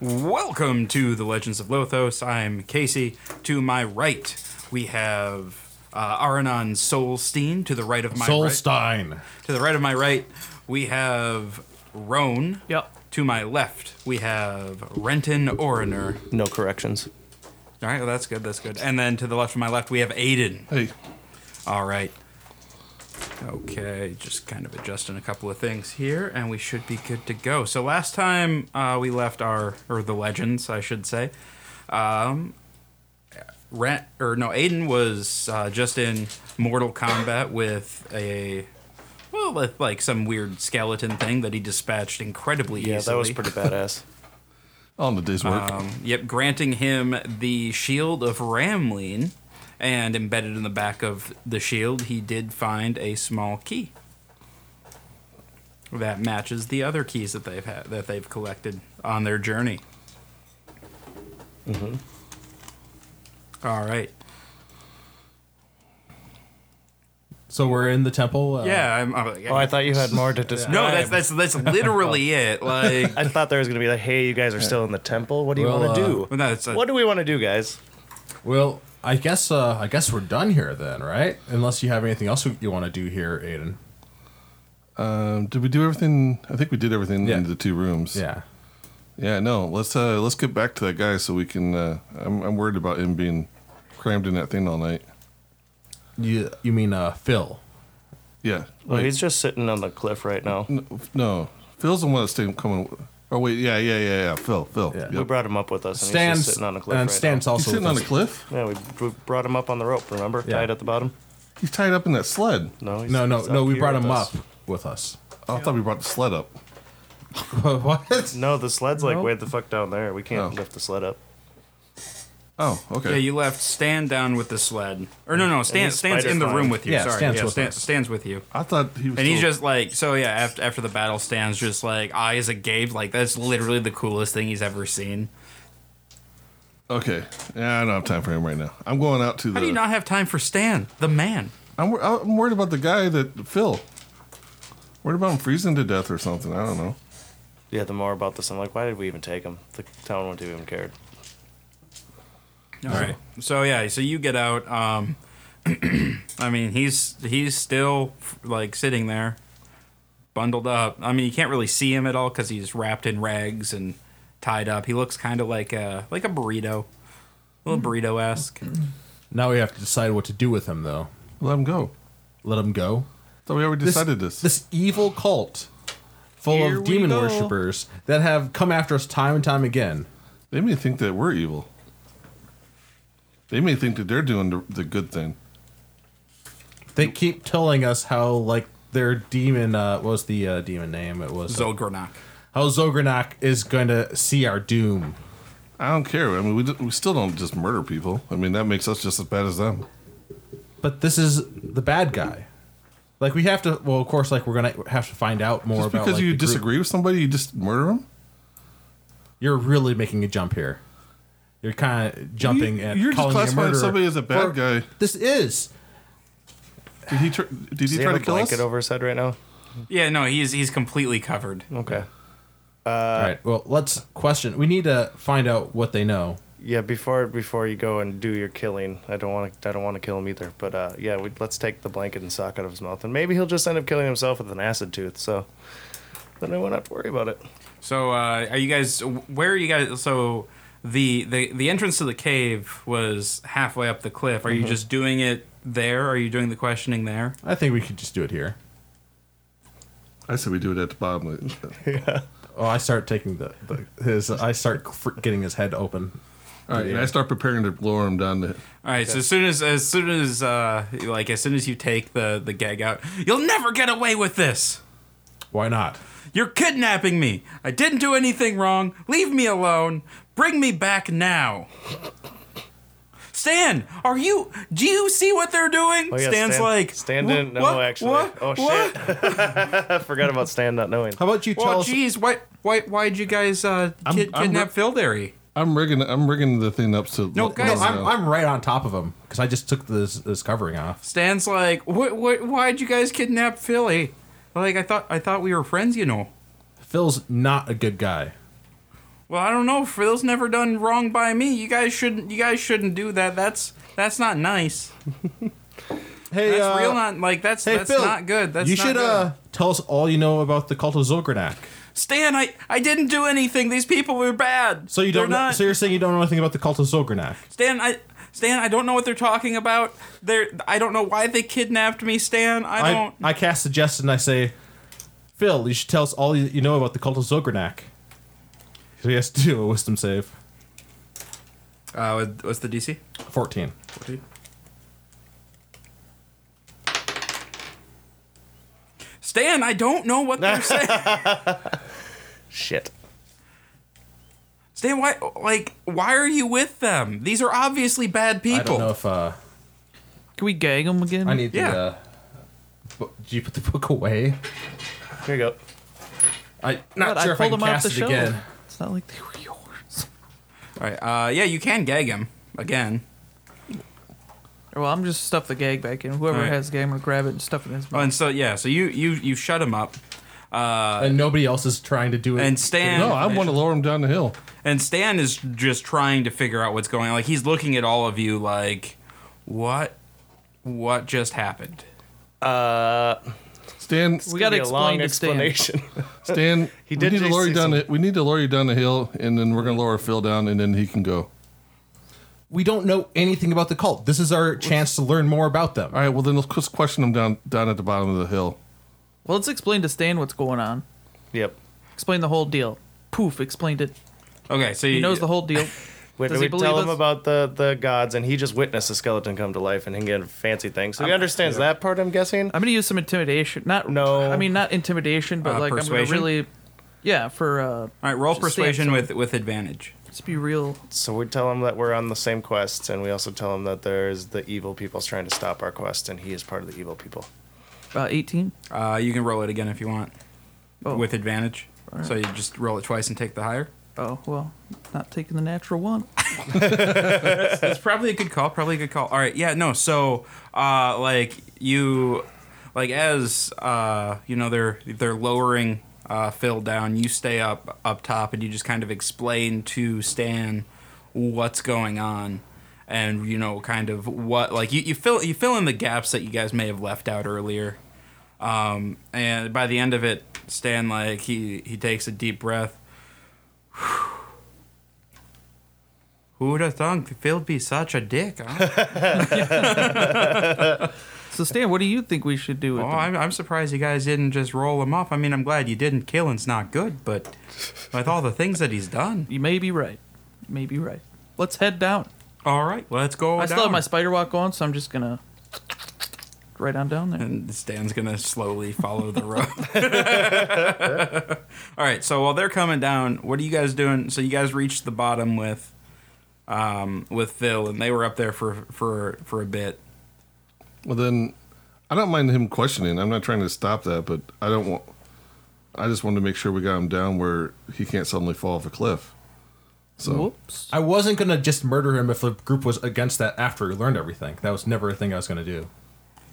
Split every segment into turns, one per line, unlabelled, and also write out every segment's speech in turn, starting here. Welcome to the Legends of Lothos. I'm Casey. To my right, we have uh, Aranon Solstein. To the right of my right,
Solstein.
to the right of my right, we have Roan.
Yep.
To my left, we have Renton Oriner.
No corrections.
All right, well, that's good. That's good. And then to the left of my left, we have Aiden.
Hey,
All right. Okay, just kind of adjusting a couple of things here, and we should be good to go. So last time uh, we left our or the legends, I should say. Um, Rent or no, Aiden was uh, just in Mortal Kombat with a well, with like some weird skeleton thing that he dispatched incredibly
Yeah,
easily.
that was pretty badass.
on the day's work.
Yep, granting him the shield of Ramleen, and embedded in the back of the shield, he did find a small key that matches the other keys that they've had that they've collected on their journey. Mm-hmm. All right.
So we're in the temple. Uh,
Yeah, I'm. I'm
Oh, I thought you had more to describe.
no, that's that's that's literally it. Like,
I thought there was gonna be like, hey, you guys are still in the temple. What do you
Well,
want to
uh,
do?
well, no, it's a-
what do we want to do, guys?
Well, I guess uh, I guess we're done here then, right? Unless you have anything else you want to do here, Aiden.
Um, did we do everything? I think we did everything
Yeah.
in the two rooms.
Yeah.
Yeah. No. Let's uh, let's get back to that guy so we can. Uh, I'm, I'm worried about him being crammed in that thing all night.
You you mean uh, Phil?
Yeah.
Well, he's just sitting on the cliff right now.
No, no. Phil's the one that's staying coming. Oh wait. Yeah. Yeah. Yeah. Yeah. Phil. Phil.
Yeah.
We
Yep.
brought him up with us, and he's
Stan's
just sitting on a cliff
and
right
Stan's
He's
also
sitting
with
on a
us.
cliff.
now. Yeah, we, we brought him up on the rope. Remember,
Yeah.
tied at the bottom.
He's tied up in that sled.
No, he's,
No, no,
he's
no. We
here
brought
with
him
us.
up with us.
Oh, I thought we brought the sled up.
what?
No, the sled's like
No.
way the fuck down there. We can't
Oh.
lift the sled up.
Oh. Okay.
Yeah, you left Stan down with the sled. Or no, no, Stan,
he's
Stan's in
spider
the room
flying.
with you.
Yeah,
Sorry,
Stan's
yeah,
with
Stan,
us.
Stan's with you.
I thought he was.
And he's
still-
just like, so yeah, after, after the battle, Stan's just like, eyes agape. Like, that's literally the coolest thing he's ever seen.
Okay. Yeah. I don't have time for him right now. I'm going out to the.
How do you not have time for Stan, the man?
I'm, wor- I'm worried about the guy that Phil. Worried about him freezing to death or something. I don't know.
Yeah, the more about this, I'm like, why did we even take him? The town wouldn't have even cared.
All right. So, yeah, so you get out. Um, I mean, he's he's still, like, sitting there, bundled up. I mean, you can't really see him at all because he's wrapped in rags and tied up. He looks kind of like a, like a burrito, a little burrito esque.
Now we have to decide what to do with him, though.
Let him go.
Let him go.
Thought we already decided this.
This evil cult full
Here
of
we
demon
go.
worshippers that have come after us time and time again.
They may think that we're evil. They may think that they're doing the, the good thing.
They keep telling us how like their demon uh what was the uh, demon name? It was
Zolgranak.
how Zogranak is going to see our doom.
I don't care. I mean, we, d- we still don't just murder people. I mean, that makes us just as bad as them.
But this is the bad guy. Like we have to well of course like we're going to have to find out more
Just
about
because
like,
you
the group.
disagree with somebody, you just murder them?
You're really making a jump here. You're kind of jumping
You-
and
you're just
calling me a
classifying
murderer
somebody as a bad
for-
guy.
This is
Did he, tr- did
Does
he
he
try
have
to
a
kill us?
blanket over his head right now?
Yeah, no, he's he's completely covered.
Okay.
All right. Well, let's question. We need to find out what they know.
Yeah, before before you go and do your killing, I don't want to I don't want to kill him either. But uh, yeah, we, let's take the blanket and sock out of his mouth, and maybe he'll just end up killing himself with an acid tooth. So then I won't have to worry about it.
So, uh, are you guys? Where are you guys? So, the the the entrance to the cave was halfway up the cliff. Are
Mm-hmm.
you just doing it there? Are you doing the questioning there?
I think we could just do it here.
I said we do it at the bottom.
Oh, I start taking the, the his. I start fr- getting his head open.
All right, and I start preparing to lower him down the.
All right. So as soon as as soon as uh, like as soon as you take the the gag out, you'll never get away with this.
Why not?
You're kidnapping me. I didn't do anything wrong. Leave me alone. Bring me back now. Stan, are you? Do you see what they're doing?
Oh, yeah,
Stan's
Stan-
like,
Stan
"Wha-
didn't know,
what?
actually.
What?
Oh,
What?
shit. I forgot about Stan not knowing.
How about you tell
Well,
us?
geez, why, why, why'd you guys uh, kid,
I'm-
kidnap Phil Derry?
I'm rigging. I'm rigging the thing up so.
No,
No,
guys,
I'm, I'm right on top of him because I just took this this covering off.
Stan's like, what, what, why'd you guys kidnap Philly? Like, I thought, I thought we were friends, you know.
Phil's not a good guy.
Well, I don't know. Phil's never done wrong by me. You guys shouldn't. You guys shouldn't do that. That's that's not nice.
Hey,
That's
uh,
real not like that's
hey,
that's
Phil,
not good. That's
you
not
should
good.
uh tell us all you know about the cult of Zolgranak.
Stan, I I didn't do anything. These people were bad.
So you
They're
don't. Know,
not-
so you're saying you don't know anything about the cult of Zolgranak?
Stan, I Stan, I don't know what they're talking about. They're I don't know why they kidnapped me, Stan. I
I,
don't.
I cast a jest and I say, Phil, you should tell us all you, you know about the cult of Zolgranak. So he has to do a wisdom save.
Uh, what- what's the DC?
14.
Stan, I don't know what they're saying.
Shit.
Stan, why like why are you with them? These are obviously bad people.
I don't know if uh,
Can we gag him again?
I need
Yeah.
the. Uh, bo- did you put the book away?
Here you go.
I'm not
God,
sure
I
if I
pulled
can
him off
cast
the
it
show.
again.
It's not like they were yours.
All right. Uh, yeah, you can gag him again.
Well, I'm just stuff the gag back in. Whoever
Alright.
has the gag, I'm gonna grab it and stuff it in his
Oh,
mouth.
and so yeah, so you you you shut him up,
and nobody else is trying to do it.
Uh, and Stan
No, I want to lower him down the hill.
and Stan is just trying to figure out what's going on. Like he's looking at all of you, like what what just happened.
Uh,
Stan,
we gotta
be a
explain
long
to Stan.
explanation.
Stan,
He
we
did
need to
just
lower
say
you down. The, we need to lower you down the hill, and then we're gonna lower Phil down, and then he can go.
we don't know anything about the cult. This is our chance to learn more about them.
All right. Well, then let's just question him down down at the bottom of the hill.
Well, let's explain to Stan what's going on.
yep.
Explain the whole deal. Poof, explained it.
Okay, so
He knows the whole deal.
Wait,
Does
we
he believe
tell him
us?
about the, the gods, and he just witnessed a skeleton come to life, and he can get a fancy thing. So he understands that part. I'm guessing.
I'm gonna use some intimidation. Not
No.
I mean, not intimidation, but
Uh,
like
persuasion?
I'm gonna really, yeah. For uh,
All right, roll
Just
persuasion
Stan,
with with advantage.
let's be real.
So we tell him that we're on the same quest, and we also tell him that there's the evil people's trying to stop our quest, and he is part of the evil people.
Uh, 18.
Uh, you can roll it again if you want
Oh.
with advantage.
All right.
So you just roll it twice and take the higher.
Oh well, not taking the natural one.
That's probably a good call. Probably a good call. All right. Yeah. No. So, uh, like you, like as uh, you know, they're they're lowering uh, Phil down. You stay up up top, and you just kind of explain to Stan what's going on, and you know, kind of what like you, you fill you fill in the gaps that you guys may have left out earlier. Um, and by the end of it, Stan like he he takes a deep breath. Who would have thunk Phil'd be such a dick? Huh?
So Stan, what do you think we should do? With
Oh,
them?
I'm, I'm surprised you guys didn't just roll him off. I mean, I'm glad you didn't. Killing's not good, but with all the things that he's done.
You may be right. You may be right. Let's head down.
All right, let's go.
I still have
down.
my spider walk on, so I'm just gonna right on down there.
And Stan's gonna slowly follow the rope. all right, so while they're coming down, what are you guys doing? So you guys reached the bottom with, um, with Phil, and they were up there for for for a bit.
Well, then I don't mind him questioning. I'm not trying to stop that, but I don't want. I just wanted to make sure we got him down where he can't suddenly fall off a cliff. So
Whoops.
I wasn't gonna just murder him if the group was against that after we learned everything. That was never a thing I was gonna do.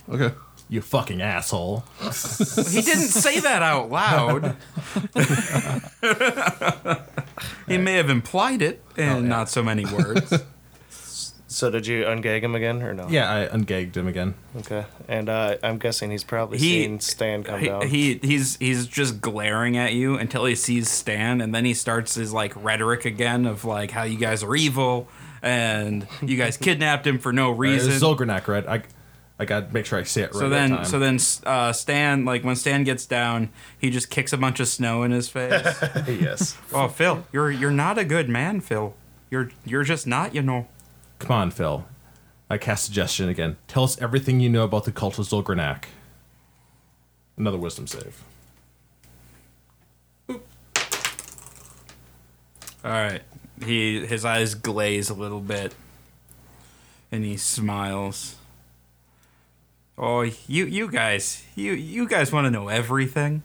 okay.
You fucking asshole.
He didn't say that out loud. he may have implied it in
Oh,
not so many words.
So did you ungag him again, or no?
Yeah, I ungagged him again.
Okay. And uh, I'm guessing he's probably
He-
seen Stan come
he,
down.
he he's he's just glaring at you until he sees Stan, and then he starts his like rhetoric again of like how you guys are evil and you guys kidnapped him for no
Right, it
reason.
was Zolgranak, right? I I gotta make sure I say it right.
so
that
then,
time.
so then, uh, Stan like when Stan gets down, he just kicks a bunch of snow in his face.
yes.
oh, Phil, you're you're not a good man, Phil. You're you're just not, you know.
Come on, Phil. I cast suggestion again. Tell us everything you know about the cult of Zolgranak. Another wisdom save.
All right. He his eyes glaze a little bit, and he smiles. Oh, you you guys, you you guys want to know everything?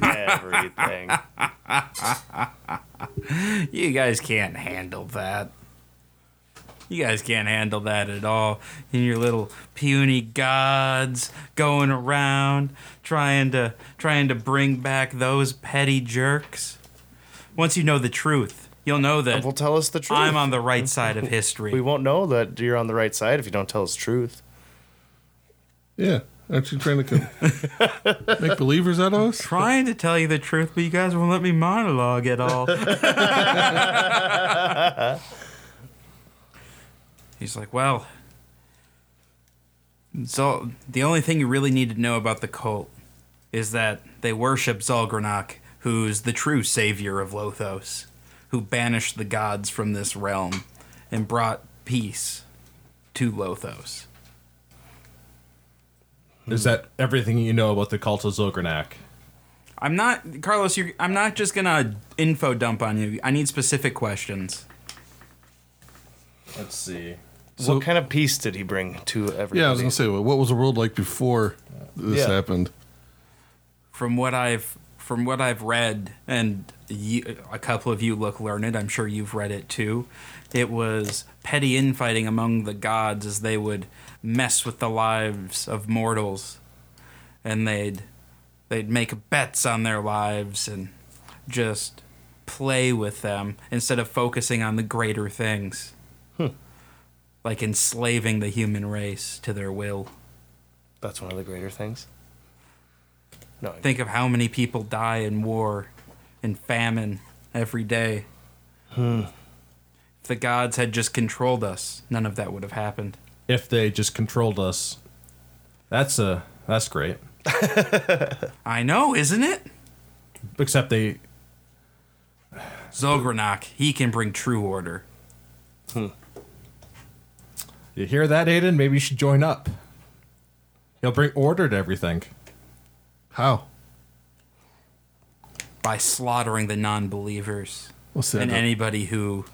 Everything.
You guys can't handle that. You guys can't handle that at all. And your little puny gods going around trying to trying to bring back those petty jerks. once you know the truth, you'll know that
Well, tell us the truth.
I'm on the right side of history.
we won't know that you're on the right side if you don't tell us the truth.
Yeah. Aren't you trying to con- make believers out of us?
trying to tell you the truth, but you guys won't let me monologue at all. He's like, well, so the only thing you really need to know about the cult is that they worship Zalgranok, who's the true savior of Lothos, who banished the gods from this realm and brought peace to Lothos. Hmm.
Is that everything you know about the cult of Zolgranak?
I'm not Carlos. You're, I'm not just gonna info dump on you. I need specific questions.
Let's see.
So-
what kind of peace did he bring to everybody?
Yeah, I was gonna say, what was the world like before this
Yeah.
happened?
From what I've from what I've read, and you, a couple of you look learned. I'm sure you've read it too. It was petty infighting among the gods as they would mess with the lives of mortals, and they'd they'd make bets on their lives and just play with them instead of focusing on the greater things. Like enslaving the human race to their will.
That's one of the greater things. No, I
Think of how many people die in war and famine every day. If the gods had just controlled us, none of that would have happened.
If they just controlled us, that's a that's great.
I know, isn't it?
Except they
Zolgranok, he can bring true order.
You hear that, Aiden? Maybe you should join up. He'll bring order to everything.
How?
by slaughtering the non-believers
What's that?
and anybody who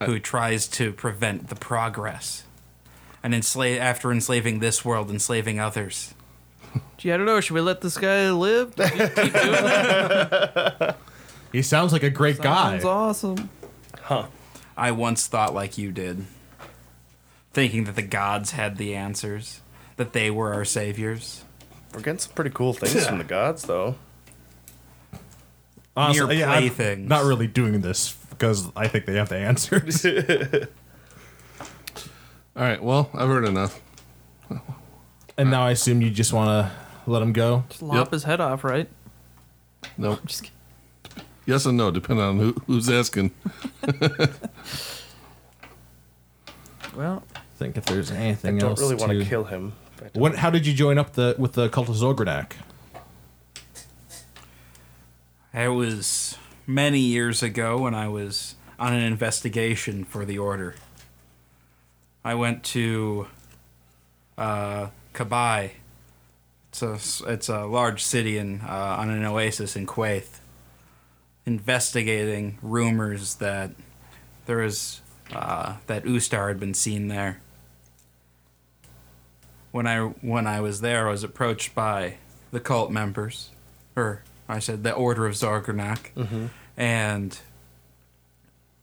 who tries to prevent the progress and enslave after enslaving this world enslaving others
Gee, I don't know. Should we let this guy live? That
He sounds like a great
sounds
guy.
awesome.
i once thought like you did thinking that the gods had the answers that they were our saviors
We're getting some pretty cool things from the gods, though.
Mere
I'm
playthings.
not really doing this because I think they have the answers.
All right. Well, I've heard enough.
and now I assume you just want to let him go.
Just lop
Yep.
his head off, right?
No.
Just kidding.
Yes and no, depending on who, who's asking.
Well,
I think if there's anything
Don't
else,
really want to
to-
kill him.
What? How did you join up the with the cult of Zolgranak?
it was many years ago when i was on an investigation for the order i went to uh, Kabai. It's a it's a large city in uh, on an oasis in Kuwait. Investigating rumors that there is uh, that Ustar had been seen there. When I when I was there, I was approached by the cult members, or I said the Order of Zargarnak, and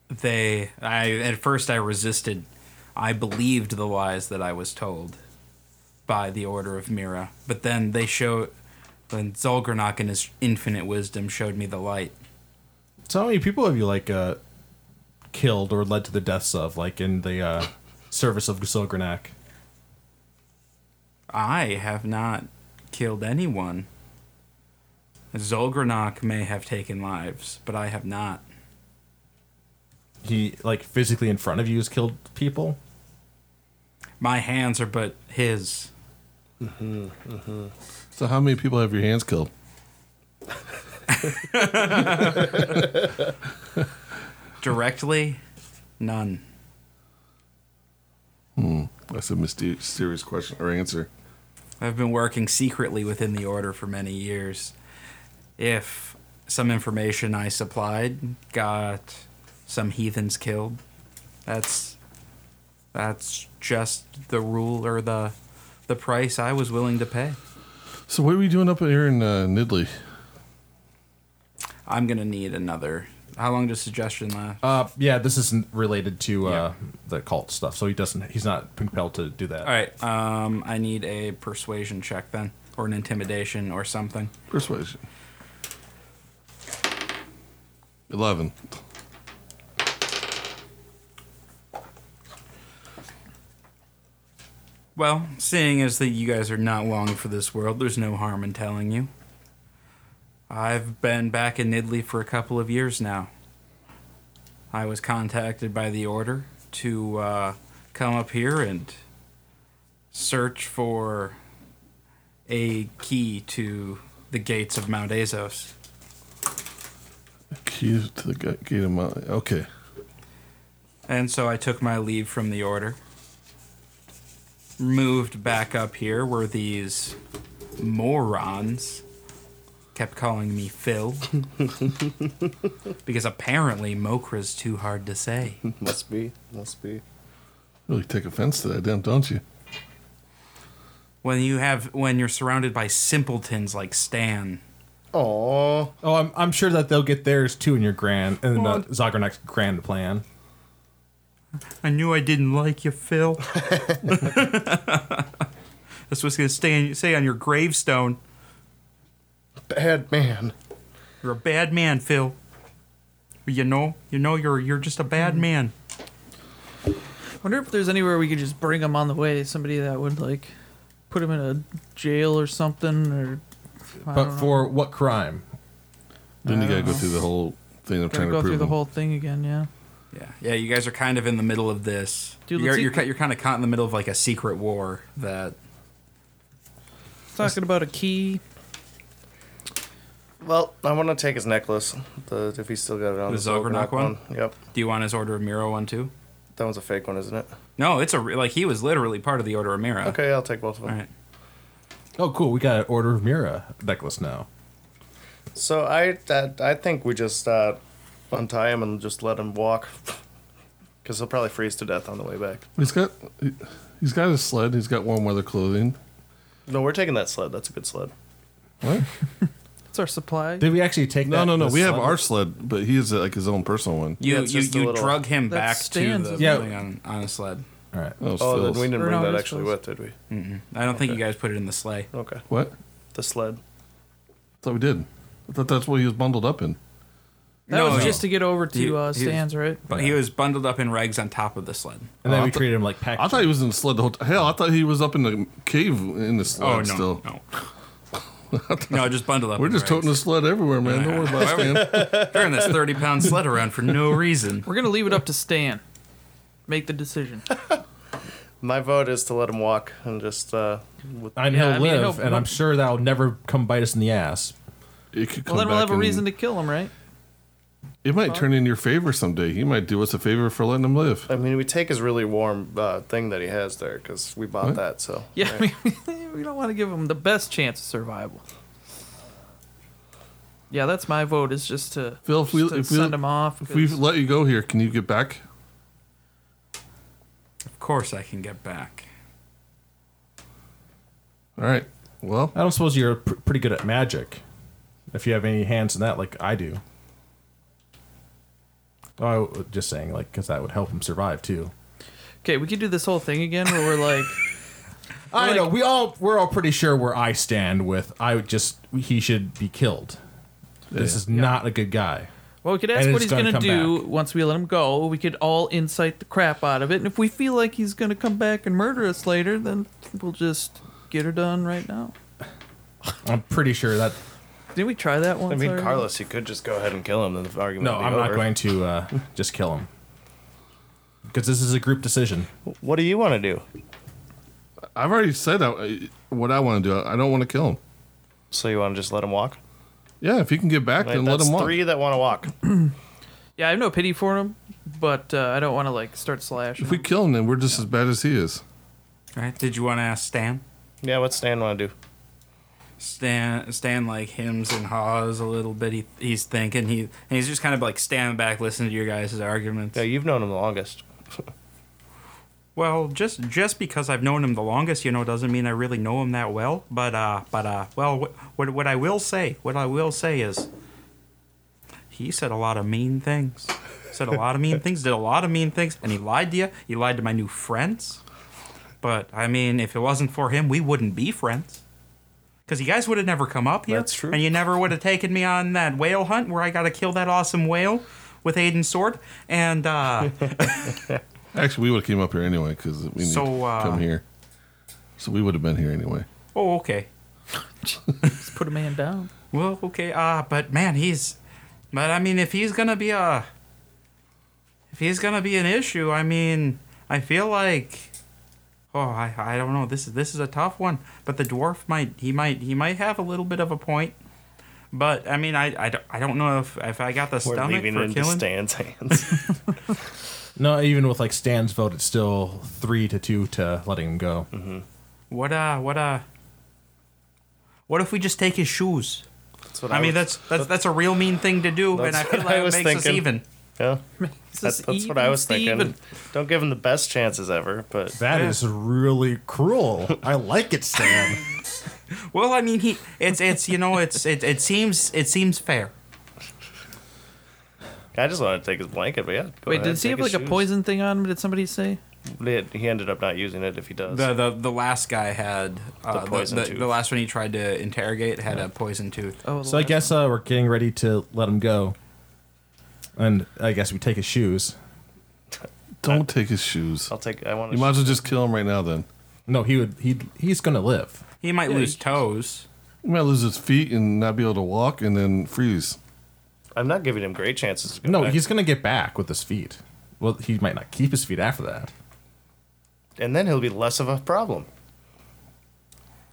they. I at first I resisted. I believed the lies that I was told by the order of Mira. But then they show then Zolgranok in his infinite wisdom showed me the light.
So how many people have you like uh, killed or led to the deaths of, like in the uh, service of Zolgranak?
I have not killed anyone. Zolgranok may have taken lives, but I have not.
He like physically in front of you has killed people.
My hands are but his.
So, how many people have your hands killed?
Directly, none.
That's a myste- mysterious question or answer.
I've been working secretly within the order for many years. If some information I supplied got some heathens killed, that's that's just the rule or the the price I was willing to pay.
So, what are we doing up here in uh, Nidley?
I'm gonna need another. How long does suggestion last?
Uh, yeah, this isn't related to uh,
Yeah.
the cult stuff, so he doesn't. He's not compelled to do that.
All right. Um, I need a persuasion check then, or an intimidation, or something.
Persuasion. Eleven.
Well, seeing as that you guys are not long for this world, there's no harm in telling you. I've been back in Nidley for a couple of years now. I was contacted by the order to uh, come up here and search for a key to the gates of Mount Azos.
Keys to the ga- gate of my. Okay.
And so I took my leave from the order. Moved back up here where these morons kept calling me Phil. because apparently Mokra's too hard to say.
Must be. Must be.
Really take offense to that, damn, don't you?
When you have when you're surrounded by simpletons like Stan.
Oh,
Oh, I'm, I'm sure that they'll get theirs too in your grand and uh, Zagranak's grand plan.
I knew I didn't like you, Phil. That's what's gonna stay say on your gravestone.
bad man.
You're a bad man, Phil. You know, you know, you're you're just a bad man.
I wonder if there's anywhere we could just bring him on the way. Somebody that would like put him in a jail or something, or I
But
don't know.
for what crime?
Then you gotta go through the whole thing of
gotta
trying
go
to
through
prove
the
them.
whole thing again. Yeah.
Yeah, yeah. You guys are kind of in the middle of this.
Dude,
you're,
let's
you're
see-
ki- you're kind of caught in the middle of like a secret war that.
Talking about a key.
Well, I want to take his necklace. The if he's still got it on.
The
his little
Zogarnak
knock
one?
Yep.
Do you want his Order of Miro one too?
That one's a fake one, isn't it?
No, it's a re- like he was literally part of the Order of Miro.
Okay, I'll take both of
All
them.
right.
Oh, cool. We got an Order of Mira necklace now.
So I that, I think we just uh, untie him and just let him walk, because he'll probably freeze to death on the way back.
He's got. he- He's got his sled. He's got warm weather clothing.
No, we're taking that sled. That's a good sled.
What?
It's our supply.
Did we actually take
No,
that?
no, no.
the
We have
sled?
our sled, but he has uh, like his own personal one.
You
Yeah, it's
you,
just a
you
little-
drug him
That
back to
stands
the
up.
Yeah.
thing on, on a sled.
All right.
Oh, it's
Oh, then
Phil's.
we didn't
Or
bring
no,
that
it is
actually
Phil's.
with, did we?
I don't think you guys put it in the sleigh.
Oh,
Okay,
What?
the sled.
I thought we did. I thought that's what he was bundled up in.
That
No,
was
no.
just to get over to
He-
uh,
he-
Stan's, right?
But he was bundled up in rags on top of the sled.
And then
Oh, I
we
thought-
treated him like pack.
I thought he was in the sled the whole time. Hell, I thought he was up in the cave in the sled
Oh no,
still.
no, no, just bundle up.
We're
in
just
rags.
toting the sled everywhere, man. Don't worry about it, man.
carrying this thirty pound sled around for no reason.
We're gonna leave it up to Stan. Make the decision.
My vote is to let him walk and just uh, with
And
Yeah,
he'll
I mean,
live,
he'll-
and I'm sure that'll never come bite us in the ass.
It could come
Well, then we'll
back
have a
and-
reason to kill him, right?
It might turn in your favor someday. He might do us a favor for letting him live.
I mean, we take his really warm uh, thing that he has there because we bought that. So
Yeah, I mean, we don't want to give him the best chance of survival. Yeah, that's my vote. Is just to
Phil, if we
just to
if we,
send him off.
if we
'cause-
let you go here, can you get back?
Of course, I can get back.
All right. Well,
I don't suppose you're pr- pretty good at magic, if you have any hands in that, like I do. Oh, I- just saying, like, because that would help him survive too.
okay, we could do this whole thing again where we're like,
I
Like-
know we all we're all pretty sure where I stand with. I would just he should be killed. This is not a good guy.
well, we could
And
ask what
it's
he's
gonna
gonna,
come
do
back.
once we let him go. We could all incite the crap out of it, and if we feel like he's gonna come back and murder us later, then we'll just get her done right now.
I'm pretty sure that.
Didn't we try that once?
I mean,
already?
Carlos, you could just go ahead and kill him. Then the argument.
No,
would be
I'm not
over.
going to uh, just kill him because this is a group decision.
What do you want to do?
Uh,
I've already said I, what I want to do. I don't want to kill him.
So you want to just let him walk?
Yeah, if he can get back,
Right,
then let
that's
him walk.
three that want to walk.
Yeah, I have no pity for him, but uh, I don't want to like start slashing.
If we
him.
kill him, then we're just as bad as he is.
All right? Did you want to ask Stan?
Yeah, what's Stan want to do?
Stan, Stan like hymns and haws a little bit. He, he's thinking. He and he's just kind of like standing back, listening to your guys' arguments.
Yeah, you've known him the longest.
Well, just just because I've known him the longest, you know, doesn't mean I really know him that well. But uh, but uh, well, wh- what what I will say, what I will say is, he said a lot of mean things. Said a lot of mean things. Did a lot of mean things, and he lied to you. He lied to my new friends. But I mean, if it wasn't for him, we wouldn't be friends. Because you guys would have never come up here.
That's true.
And you never would have taken me on that whale hunt where I got to kill that awesome whale with Aiden's sword. And uh,
Actually, we would have came up here anyway because we need
So,
to
uh,
come here. So we would have been here anyway.
oh, okay.
Just put a man down.
Well, okay. Uh, but man, he's. But I mean, if he's gonna be a. If he's gonna be an issue, I mean, I feel like. Oh, I, I don't know. This is this is a tough one. But the dwarf might he might he might have a little bit of a point. But I mean, I, I, don't, I don't know if if I got the
We're
stomach
leaving it
for
into
killing.
Stan's hands.
No, even with like Stan's vote, it's still three to two to letting him go.
What uh what uh. What if we just take his shoes?
That's what
I, mean,
was-
that's that's that's a real mean thing to do, and
That's
I feel
what
like
I
it
was
makes us
thinking.
even.
yeah.
This
That's,
is
that's what I
even
was
Steven.
thinking. Don't give him the best chances ever, but
That is really cruel. I like it, Stan.
Well, I mean, he it's it's you know it's it, it seems it seems fair.
I just wanted to take his blanket. But yeah, go
Wait,
ahead,
does he
take
have like
his
a
shoes.
poison thing on him? Did somebody say?
He he ended up not using it. If he does,
The the, the last guy had uh, the,
poison
the,
tooth.
the last one he tried to interrogate had a poison tooth.
Oh,
so I guess uh, we're getting ready to let him go, and I guess we take his shoes.
Don't take his shoes.
I'll take. I want.
You might as well just kill him right now. Then
No, he would. He he's gonna live.
He might lose
he-
toes.
he might lose his feet and not be able to walk and then freeze.
I'm not giving him great chances. To go
No,
back.
he's gonna get back with his feet. Well, he might not keep his feet after that.
and then he'll be less of a problem.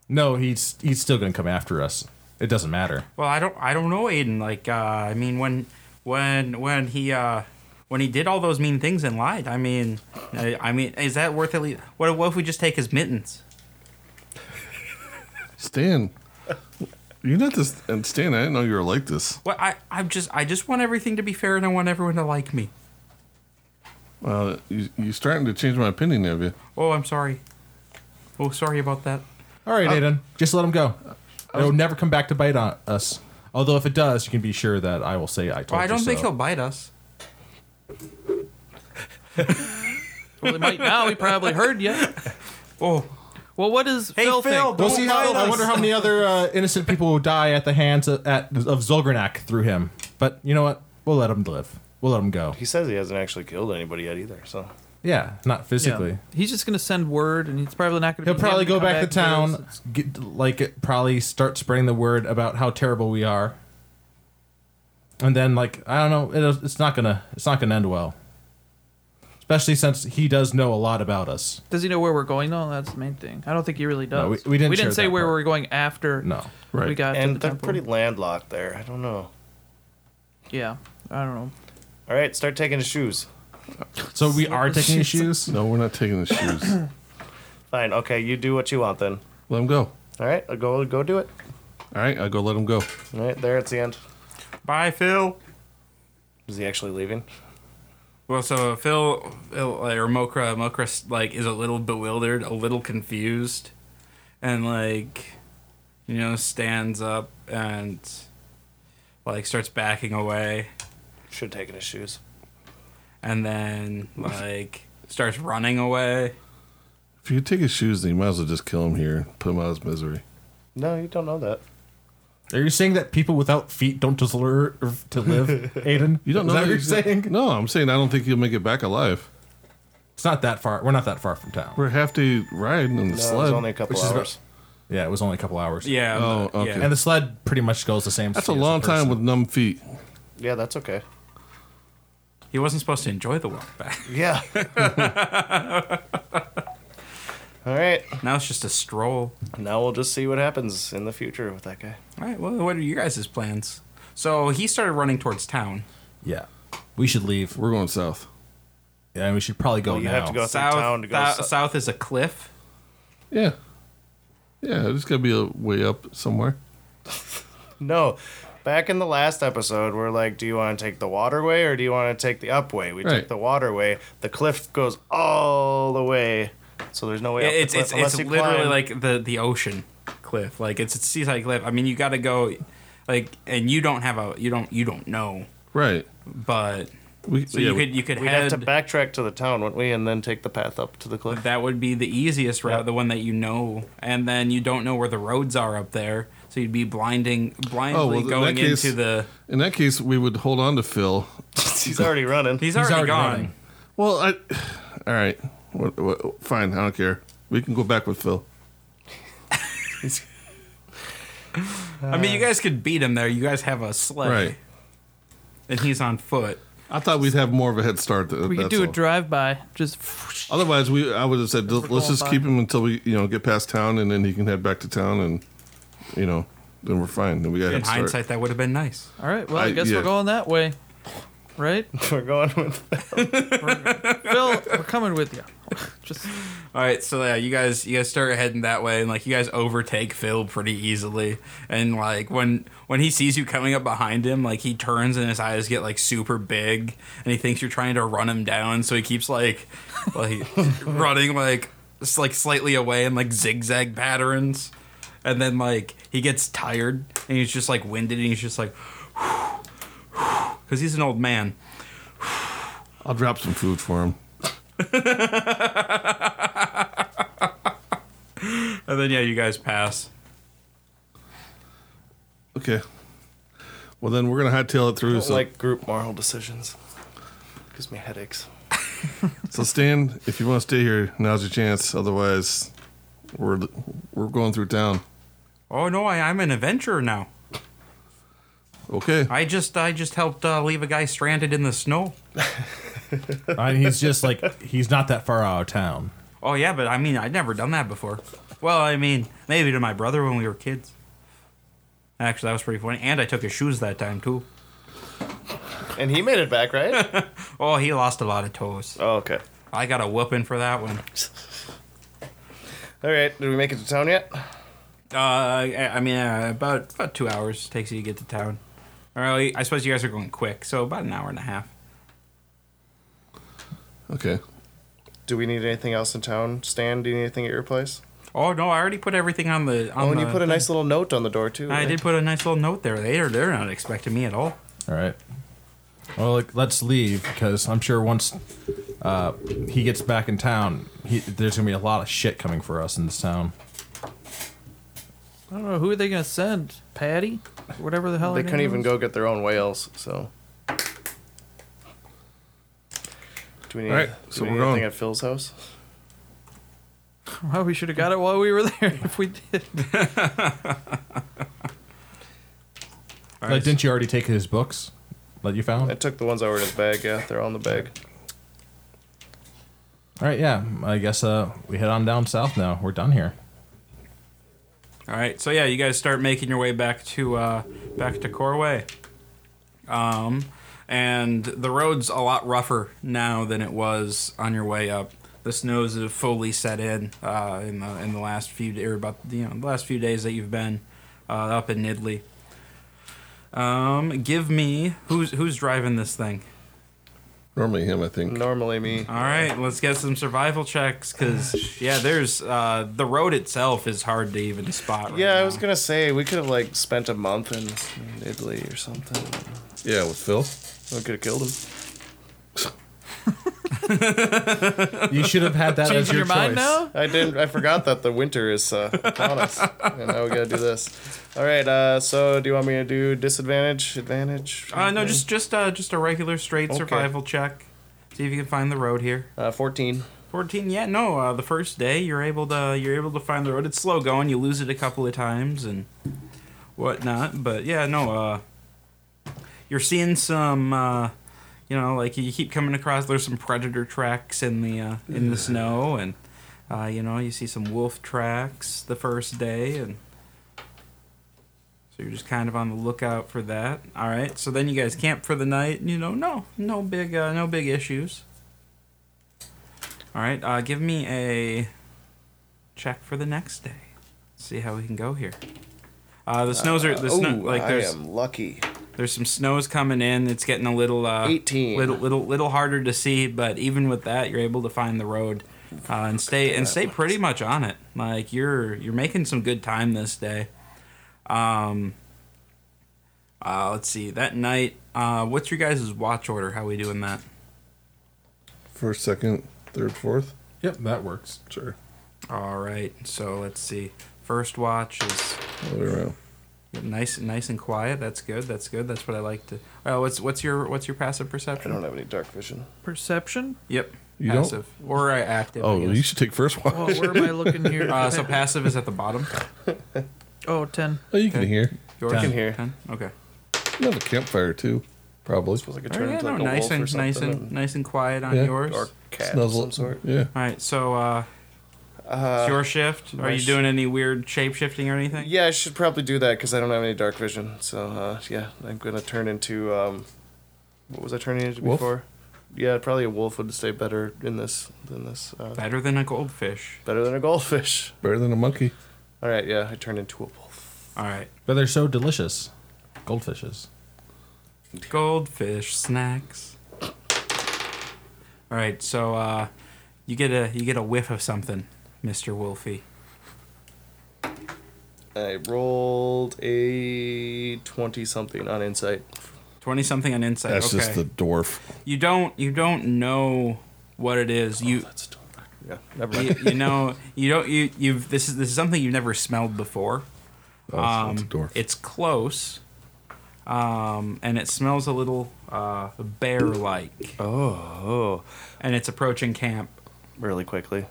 No, he's he's still gonna come after us. It doesn't matter.
Well, I don't I don't know Aiden. Like uh, I mean, when when when he uh, when he did all those mean things and lied. I mean, I, I mean, is that worth at least? What what if we just take his mittens?
Stan, you're not this. And Stan, I didn't know you were like this.
Well, I I'm just I just want everything to be fair and I want everyone to like me.
Well, you, you're starting to change my opinion of you.
Oh, I'm sorry. Oh, sorry about that.
All right, Aiden, just let him go. It'll never come back to bite on us. Although if it does, you can be sure that I will say I told
Well, I
you
don't think
so.
he'll bite us.
Well, he might now. He probably heard you.
Oh,
Well, what is
Hey, Phil,
Phil, think?
We'll
Don't
see how.
bite
I
us.
wonder how many other uh, innocent people will die at the hands of, at, of Zolgranak through him. But you know what? We'll let him live. We'll let him go.
He says he hasn't actually killed anybody yet either. So
Yeah, not physically.
Yeah. He's just gonna send word, and he's probably not gonna.
He'll
be
probably
him to
go
come
back to
us.
town,
It's-
get, like probably start spreading the word about how terrible we are, and then like I don't know, it'll, it's not gonna it's not gonna end well. Especially since he does know a lot about us.
Does he know where we're going though? That's the main thing. I don't think he really does.
No, we- we didn't
We didn't
share
say
that
where
part.
we're going after.
No,
We
Right.
got to
and
the
they're
temple.
pretty landlocked there. I don't know.
Yeah, I don't know.
All right, start taking his shoes.
So we are taking his shoes.
No, we're not taking his shoes.
Fine. Okay, you do what you want then.
let him go.
All right, go go do it.
All right, I'll go let him go.
All right, there it's the end.
bye, Phil.
Is he actually leaving?
Well, so Phil, Phil like, or Mokra, Mokra like is a little bewildered, a little confused, and like, you know, stands up and like starts backing away,
Should have taken his shoes.
and then like starts running away.
If you take his shoes, then you might as well just kill him here. Put him out of his misery.
No, you don't know that. Uh,
Are you saying that people without feet don't deserve to live, Aiden?
You don't
Is that
know
what you're
he's-
saying?
No, I'm saying I don't think he'll make it back alive.
It's not that far. We're not that far from town.
We're half day riding in
No,
the
it
sled.
was only a couple
which is
hours.
about- Yeah, it was only a couple hours.
Yeah.
Oh,
the-
okay.
And the sled pretty much goes the same.
That's a
speed as
long
the
time
person.
with numb feet.
Yeah, that's okay.
He wasn't supposed to enjoy the walk back.
Yeah. All right.
now it's just a stroll.
Now we'll just see what happens in the future with that guy.
All right. Well, what are you guys' plans? So he started running towards town.
Yeah, we should leave.
We're going south.
Yeah, we should probably go
Well, you
now.
have to go- through
South,
town to go
thou-
so-
south is a cliff.
Yeah. Yeah, it's got to be a way up somewhere.
No. Back in the last episode, we're like, do you want to take the waterway or do you want to take the upway? We
Right.
took the waterway. The cliff goes all the way. So there's no way up the
it's
cliff
it's,
unless
it's
you
literally
climb.
like the the ocean cliff like it's a seaside cliff i mean you gotta go like and you don't have a you don't you don't know
Right.
but
We,
So
yeah,
you could you could
We'd have
head.
to backtrack to the town, wouldn't we? And then take the path up to the cliff.
that would be the easiest route,
Yeah.
the one that you know, and then you don't know where the roads are up there, so you'd be blinding blindly
Oh, well, in
going
that case-
into the.
in that case, we would hold on to Phil.
He's already running.
He's already,
already
gone.
running.
Well, I. All right. What, what, fine. I don't care. We can go back with Phil.
I mean, you guys could beat him there. You guys have a sled,
Right.
and he's on foot.
I thought we'd have more of a head start. Th-
We could
that's
do a
all.
drive by. Just
Otherwise, we I would have said
we're
let's
going
just
by.
keep him until we you know get past town, and then he can head back to town, and you know then we're fine. Then we got a
In
head start.
hindsight, that would have been nice.
all right. Well, I,
I-
guess
yeah.
we're going that way, right?
We're going with.
Phil, we're coming with you. Just
All right, so yeah, you guys, you guys start heading that way, and like you guys overtake Phil pretty easily. And like when when he sees you coming up behind him, like he turns and his eyes get like super big, and he thinks you're trying to run him down. So he keeps like like running like s- like slightly away in like zigzag patterns, and then like he gets tired and he's just like winded and he's just like because he's an old man.
I'll drop some food for him.
And then yeah, you guys pass.
Okay. Well, then we're gonna hightail
I
it through.
don't
So,
like group moral decisions. Gives me headaches.
so Stan, if you want to stay here, now's your chance. Otherwise, we're we're going through town.
Oh no, I, I'm an adventurer now.
Okay.
I just I just helped uh, leave a guy stranded in the snow.
And he's just like he's not that far out of town.
Oh yeah, but I mean I'd never done that before. Well, I mean maybe to my brother when we were kids. Actually, that was pretty funny. And I took his shoes that time too.
And he made it back, right?
Oh, he lost a lot of toes.
oh, okay.
I got a whooping for that one.
All right. Did we make it to town yet?
Uh, I, I mean uh, about about two hours takes you to get to town. Or I suppose you guys are going quick, so about an hour and a half.
Okay.
Do we need anything else in town? Stan, do you need anything at your place?
Oh no, I already put everything on the. On
Oh, and you
the-
put a nice little note on the door too.
I
right?
did put a nice little note there. They are they're not expecting me at all.
All right. Well, like, let's leave because I'm sure once uh, he gets back in town, he, there's gonna be a lot of shit coming for us in this town.
I don't know who are they gonna send? Patty, whatever the hell.
They
her
couldn't
name
even
was?
go get their own whales, so. Do we need,
All right,
do
so
we
we're
need
going.
anything at Phil's house?
Well, we should have got it while we were there. If we did,
All
Like,
right,
didn't you already take his books that you found?
I took the ones I were in his bag, yeah. They're all in the bag.
All right, yeah. I guess uh, we head on down south now. We're done here.
All right, so yeah, you guys start making your way back to uh, back to Corway, um, and the road's a lot rougher now than it was on your way up. The snows have fully set in uh, in the in the last few da- or about you know the last few days that you've been uh, up in Nidley. Um, give me who's who's driving this thing.
Normally him, I
Mm.
think.
Normally, me.
All right, let's get some survival checks because yeah, there's uh, the road itself is hard to even spot. Right
Yeah, I was
now.
gonna say we could have like spent a month in Italy or something.
Yeah, with Phil.
We could have killed him.
You should have had that as
changing
your,
your mind
choice.
now.
I didn't. I forgot that the winter is uh, upon us, and now we gotta do this. All right. Uh, so, do you want me to do disadvantage, advantage?
Uh, no, just just uh, just a regular straight
Okay.
survival check. See if you can find the road here.
uh, fourteen.
Fourteen, yeah, no. Uh, the first day you're able to you're able to find the road. It's slow going. You lose it a couple of times and whatnot. But yeah, no. Uh, you're seeing some, uh, you know, like you keep coming across. There's some predator tracks in the uh, in the snow, and uh, you know you see some wolf tracks the first day, and so you're just kind of on the lookout for that. All right. So then you guys camp for the night. You know, no, no big, uh, no big issues. All right. Uh, give me a check for the next day. See how we can go here. Uh, the snows are the snow,
Ooh,
like
I
there's
am lucky.
there's some snows coming in. It's getting a little uh,
18.
little little little harder to see, but even with that, you're able to find the road uh, and stay and stay pretty much on it. Like you're you're making some good time this day. Um, uh, let's see that night. Uh, what's your guys' watch order? How we doing that?
First, second, third, fourth.
Yep, that works.
Sure.
All right. So let's see. First watch is
All the way around.
nice, nice and quiet. That's good. That's good. That's what I like to. Uh, what's what's your what's your passive
I
perception?
don't have any dark vision.
Perception?
Yep.
You don't?
passive or uh, active. I
Oh,
guess.
you should take first watch.
Oh, where am I looking here?
Uh, so passive is at the bottom.
oh, 10.
Oh, you can hear.
Yours?
Ten.
Can hear.
Ten? Okay.
Another campfire too, probably.
Suppose I could
All
turn
right,
into
Oh, no,
like a
nice
wolf or
and nice
something
and nice and quiet on
Yeah.
yours.
or cat of
Snuzzle
some sort.
Yeah.
All right. So uh,
Uh,
it's your shift. Are
my
you
sh-
doing any weird shape shifting or anything?
Yeah, I should probably do that because I don't have any dark vision. So uh, yeah, I'm gonna turn into um, what was I turning into
Wolf?
before? Yeah, probably a wolf would stay better in this than this. Uh,
Better than a goldfish.
better than a goldfish.
Better than a monkey.
All right, yeah, I turned into a wolf.
All right.
But they're so delicious. Goldfishes.
Goldfish snacks. All right, so uh, you get a you get a whiff of something, Mister Wolfie.
I rolled a twenty something on insight.
Twenty something on insight.
That's
okay.
just the dwarf.
You don't you don't know what it is.
Oh,
You,
That's still- yeah, never
you
mind.
you know you don't you you've this is this is something you've never smelled before.
Oh,
Um,
it's a dwarf.
It's close, um, and it smells a little uh, bear-like,
oh,
and it's approaching camp
really quickly.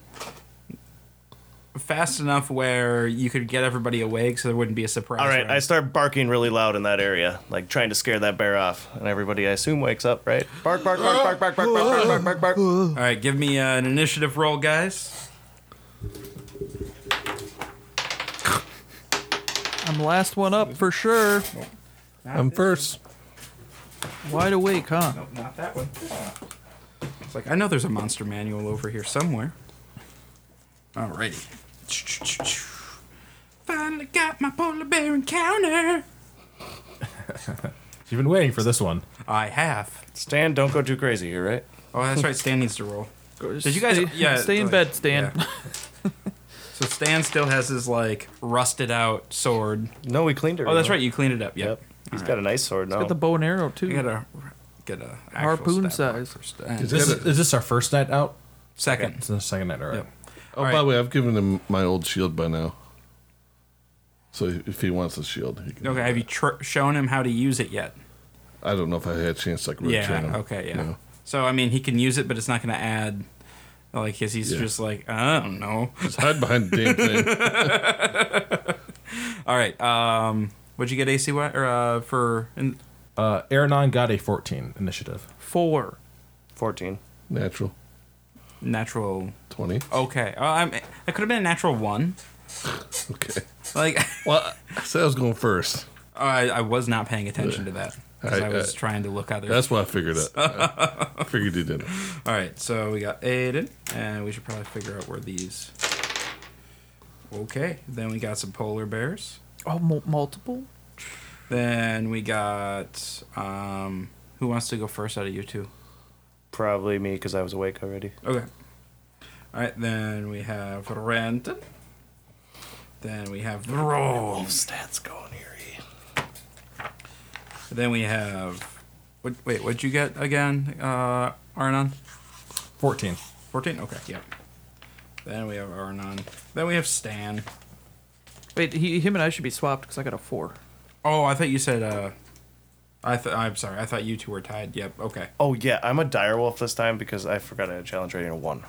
fast enough where you could get everybody awake, so there wouldn't be a surprise.
All right,
round.
I start barking really loud in that area, like trying to scare that bear off, and everybody I assume wakes up, right? Bark, bark, bark, bark, bark, bark, bark, bark, bark, bark, bark.
All right, give me uh, an initiative roll, guys.
I'm last one up for sure.
I'm first.
Wide awake, huh?
Nope, not that one. It's like I know there's a monster manual over here somewhere. Alrighty. Finally got my polar bear encounter.
You've been waiting for this one.
I have.
Stan, don't go too crazy here, right?
Oh, that's right. Stan needs to roll. Did you guys?
stay,
yeah.
Stay in
like-
bed, Stan.
yeah. So Stan still has his like rusted out sword.
No, we cleaned it.
Oh, that's right. You cleaned it up. Yep.
Yep. He's got a nice sword now.
Got the bow and arrow, too.
You gotta get a actual
Harpoon
stat block
size.
for Stan.
Is
This
Yeah,
is, is this our first night out?
Second.
It's the second night, all right.
Yep.
Oh, by the way, I've given him my old shield by now. So if he wants a shield, he can.
Okay, have you tr- shown him how to use it yet?
I don't know if I had a chance to like really train him.
Yeah. Okay. Yeah.
No.
So I mean, he can use it, but it's not going to add, like, cause he's
Yeah.
just like, I don't know.
Just hide behind the damn thing.
All right. Um, what'd you get AC wa- or uh, for? In-
Uh, Aranon got a 14 initiative.
Four.
14.
Natural
Natural.
twenty.
Okay. Uh, I'm, it could have been a natural one.
Okay.
Like,
Oh. Well, I said I was going first.
I, I was not paying attention to that because
I-
I, was
I-
trying to look other.
That's why I figured it. I figured you didn't.
All right. So we got Aiden, and we should probably figure out where these. Okay. Then we got some polar bears.
Oh, mul- multiple?
Then we got um who wants to go first out of you two?
Probably me because I was awake already.
Okay. All right, then we have Renton. Then we have Rome.
Stats going E. eerie.
Then we have what wait, what'd you get again? Uh Arnon?
14.
14? Okay, yeah. Then we have Arnon. Then we have Stan.
Wait, he, him and I should be swapped because I got a four.
Oh, I thought you said uh I th- I'm sorry. I thought you two were tied. Yep. Okay.
Oh, yeah, I'm a dire wolf this time because I forgot I had a challenge rating of 1.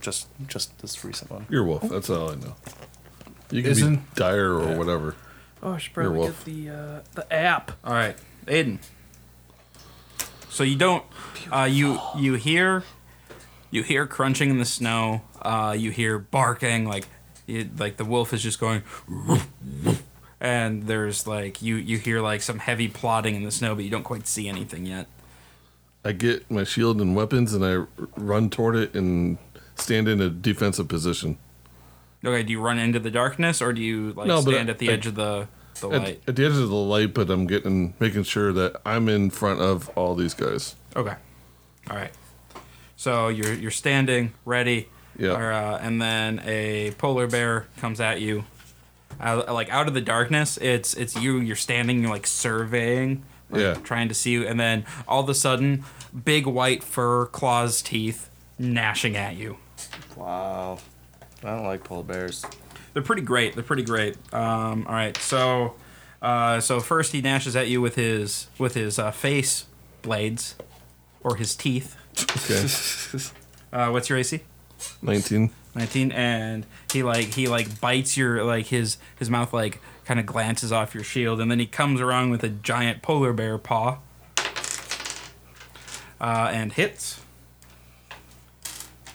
Just just this recent one.
You're a wolf. That's all I know. You can
Isn't-
be dire or whatever.
Oh, I should
You're a
probably
wolf.
get the uh, the app.
All right, Aiden. So you don't, uh, you you hear, you hear crunching in the snow. Uh, you hear barking like, you, like the wolf is just going, and there's like you you hear like some heavy plodding in the snow, but you don't quite see anything yet.
I get my shield and weapons, and I r- run toward it and stand in a defensive position.
Okay, do you run into the darkness or do you like
No, but
stand
I-
at the
I-
edge of the the
At,
light?
at the edge of the light, but I'm getting making sure that I'm in front of all these guys.
Okay, all right. So you're you're standing ready.
Yeah.
Or, uh, and then a polar bear comes at you, out, like out of the darkness. It's it's you. You're standing. You're like surveying like,
Yeah.
trying to see you, and then all of a sudden, big white fur, claws, teeth, gnashing at you.
Wow. I don't like polar bears.
They're pretty great. They're pretty great. Um, all right, so uh, so first he gnashes at you with his with his uh, face blades, or his teeth.
Okay.
Uh, what's your AC?
19.
19 and he like he like bites your like his his mouth like kind of glances off your shield and then he comes around with a giant polar bear paw uh, and hits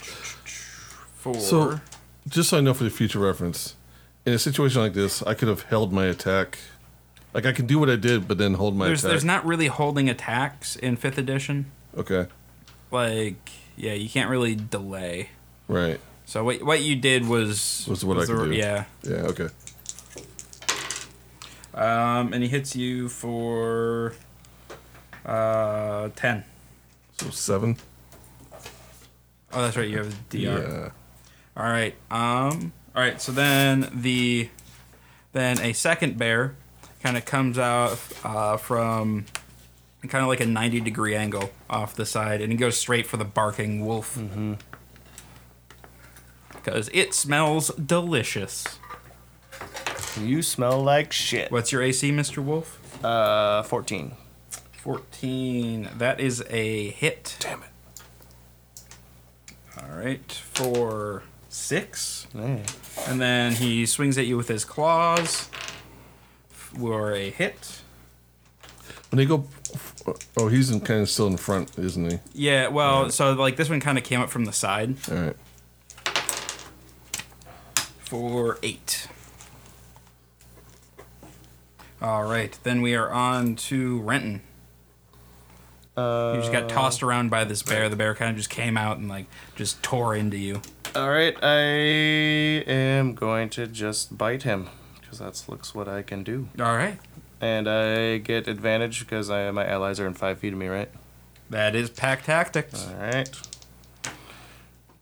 four
So, just so I know for the future reference, in a situation like this, I could have held my attack. Like I can do what I did, but then hold my
there's
attack.
there's not really holding attacks in fifth edition
okay,
like yeah you can't really delay
right?
so what what you did was
Was what I could
the-
do.
yeah
Yeah. Okay.
um, and he hits you for uh 10
So seven.
oh that's right you have a dr
Yeah.
All right. Um. All right. So then the, then a second bear, kind of comes out uh, from, kind of like a ninety degree angle off the side, and he goes straight for the barking wolf. Because it smells delicious.
You smell like shit.
What's your AC, Mister Wolf?
Uh, 14.
Fourteen. That is a hit. Damn it. All right. For six.
Hey.
And then he swings at you with his claws for a hit.
When they go, oh, he's in, kind of still in front, isn't he?
Yeah, well, so like this one kind of came up from the side
All right.
for eight. All right, then we are on to Renton.
Uh,
You just got tossed around by this bear. The bear kind of just came out and like just tore into you.
All right, I am going to just bite him because that looks what I can do,
All right,
and I get advantage because I my allies are in five feet of me, right?
that is pack tactics.
All right.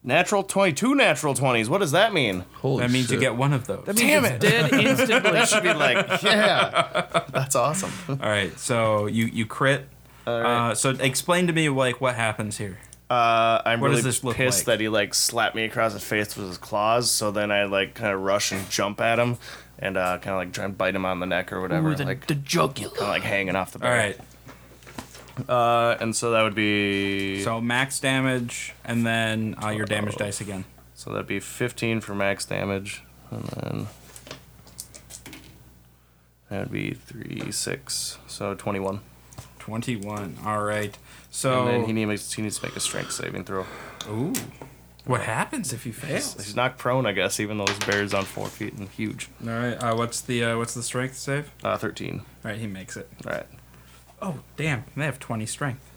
Natural twenty-two, natural twenties. What does that mean?
Holy.
that means you
shit.
get one of those.
That means Damn it's dead instantly.
I should be like, yeah, that's awesome.
All right, so you you crit.
All right.
Uh, so explain to me like what happens here.
Uh, I'm
What does
really
this look
pissed
like?
that he like slapped me across the face with his claws. So then I like kind of rush and jump at him, and uh, kind of like try and bite him on the neck or whatever,
Ooh, the,
like
the
kind
jugular.
of like hanging off the.
All
Back.
right,
Uh, and so that would be so,
So max damage, and then uh, your damage dice again.
that'd be 15 for max damage, and then that would be three six, so 21.
Twenty-one. All right.
And
So
then he needs he needs to make a strength saving throw.
ooh, what happens if you fail?
He's, he's not prone, I guess, even though his bear's on four feet and huge.
All right. Uh, what's the uh, what's the strength save?
Uh, 13.
All right, he makes it.
All right.
Oh damn, they have twenty strength.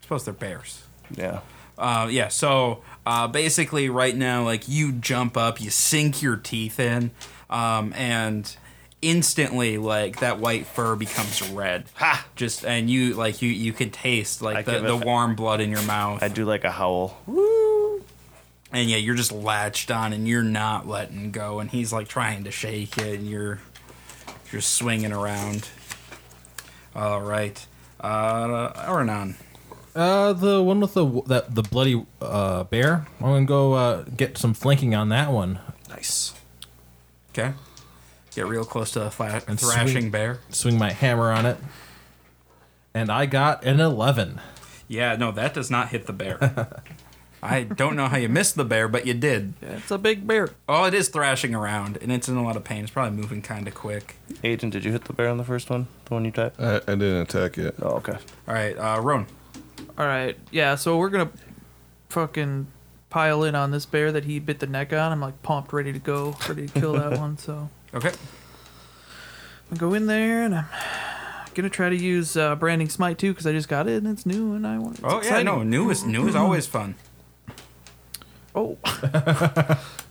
I suppose they're bears.
Yeah.
Uh, yeah. So uh, basically, right now, like you jump up, you sink your teeth in, um, and instantly, like that white fur becomes red.
Ha!
Just and you like you you can taste like
I
the,
give a
the
fa-
warm blood in your mouth.
I do like a howl.
and yeah, you're just latched on and you're not letting go, and he's like trying to shake it, and you're you're swinging around. All right, uh, Aranon.
Uh, the one with the w- that the bloody uh, bear. I'm gonna go uh, get some flanking on that one
Nice.
Okay, get real close to the fla-
And
thrashing
swing.
bear.
swing my hammer on it. And I got an 11.
Yeah, no, that does not hit the bear. I don't know how you missed the bear, but you did.
It's a big bear.
Oh, it is thrashing around, and it's in a lot of pain. It's probably moving kind of quick.
Aiden, did you hit the bear on the first one? The one you typed?
I, I didn't attack yet.
Oh, okay.
All right, uh, Roan.
All right. Yeah. So we're gonna fucking pile in on this bear that he bit the neck on. I'm like pumped, ready to go, ready to kill that one. So
Okay.
I go in there and I'm gonna try to use uh, branding smite too because I just got it and it's new and I want. It's
Oh yeah,
exciting.
no, new is new is always fun.
Oh.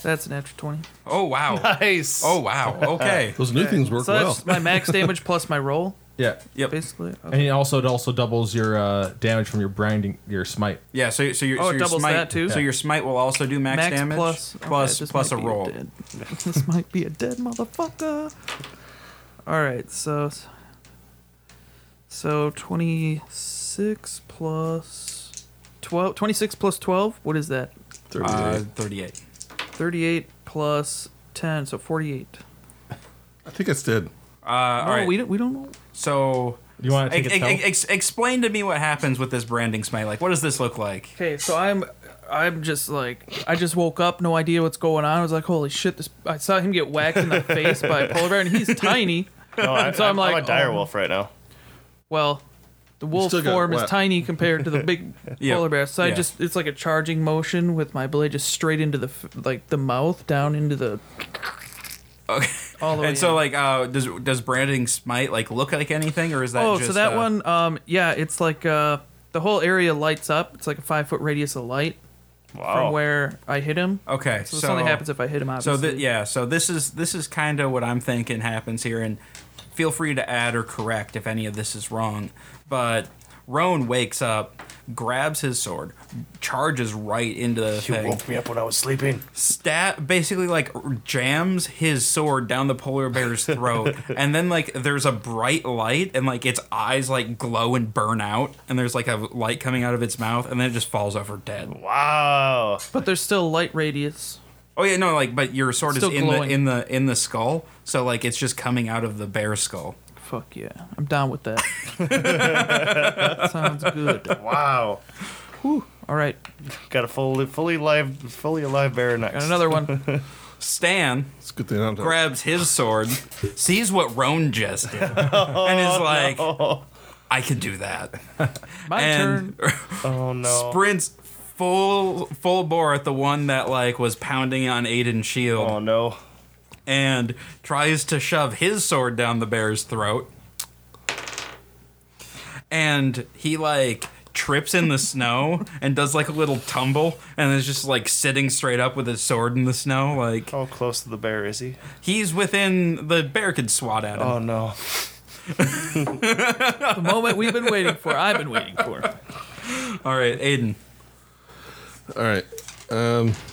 That's an extra twenty.
Oh wow.
Nice.
Oh wow. Okay.
Those new things work
so
well.
that's my max damage plus my roll,
Yeah.
Yep.
basically.
And it also it also doubles your uh, damage from your branding your smite.
Yeah, so so your
Oh,
so
it
your
doubles
smite
that too?
So your smite will also do max,
max
damage
plus
plus,
okay, this
plus a
might be
roll.
dead- this might be a dead motherfucker. All right, so So 26 plus 12. 26 plus 12? What is that?
Uh, 38.
38 plus 10. So 48.
I think it's dead.
Uh, all
no,
right.
we, don't, we don't know.
so.
You wanna take
ex-
a tell?
ex- ex- explain to me what happens with this branding smell. Like, what does this look like?
Okay, so I'm. I'm just like I just woke up, no idea what's going on. I was like, "Holy shit!" This I saw him get whacked in the face by a polar bear, and he's tiny.
No, I,
So I'm
I'm,
like,
I'm a dire
oh.
wolf right now.
Well, the wolf
still got
form is
wet.
tiny compared to the big
Yeah.
polar bear. So I
Yeah.
just it's like a charging motion with my blade just straight into the f- like the mouth down into the
Okay.
all the way.
And so,
in.
like, uh, does does branding smite like look like anything, or is that?
oh,
just,
so that
uh,
one, um, yeah, it's like uh, the whole area lights up. It's like a five foot radius of light
Wow.
from where I hit him.
Okay,
So, this only happens if I hit him.
So
Obviously.
th- yeah, so this is this is kind of what I'm thinking happens here, and feel free to add or correct if any of this is wrong. But Roan wakes up, grabs his sword, charges right into the
You
thing,
woke me up when I was sleeping.
stab, basically like r- jams his sword down the polar bear's throat, and then like there's a bright light, and like its eyes like glow and burn out, and there's like a light coming out of its mouth, and then it just falls over dead.
Wow.
but there's still light radius.
Oh yeah, no, like but your sword
Still
is in
glowing.
the in the in the skull, so like it's just coming out of the bear skull.
Fuck yeah, I'm down with that. Sounds good.
Wow.
All right,
Got a fully fully live fully alive bear next.
got another one.
Stan
It's a good thing I'm not
grabs his sword, sees what Roan just did, and
Oh,
is like, "I can do that."
My turn.
and
Oh no.
sprints full full bore at the one that like was pounding on Aiden's shield,
oh no.
and tries to shove his sword down the bear's throat. And he like trips in the snow and does like a little tumble and is just like sitting straight up with his sword in the snow. Like
How close to the bear is he?
he's within the bear could swat at him.
Oh no.
The moment we've been waiting for. I've been waiting for.
All right, Aiden.
All right.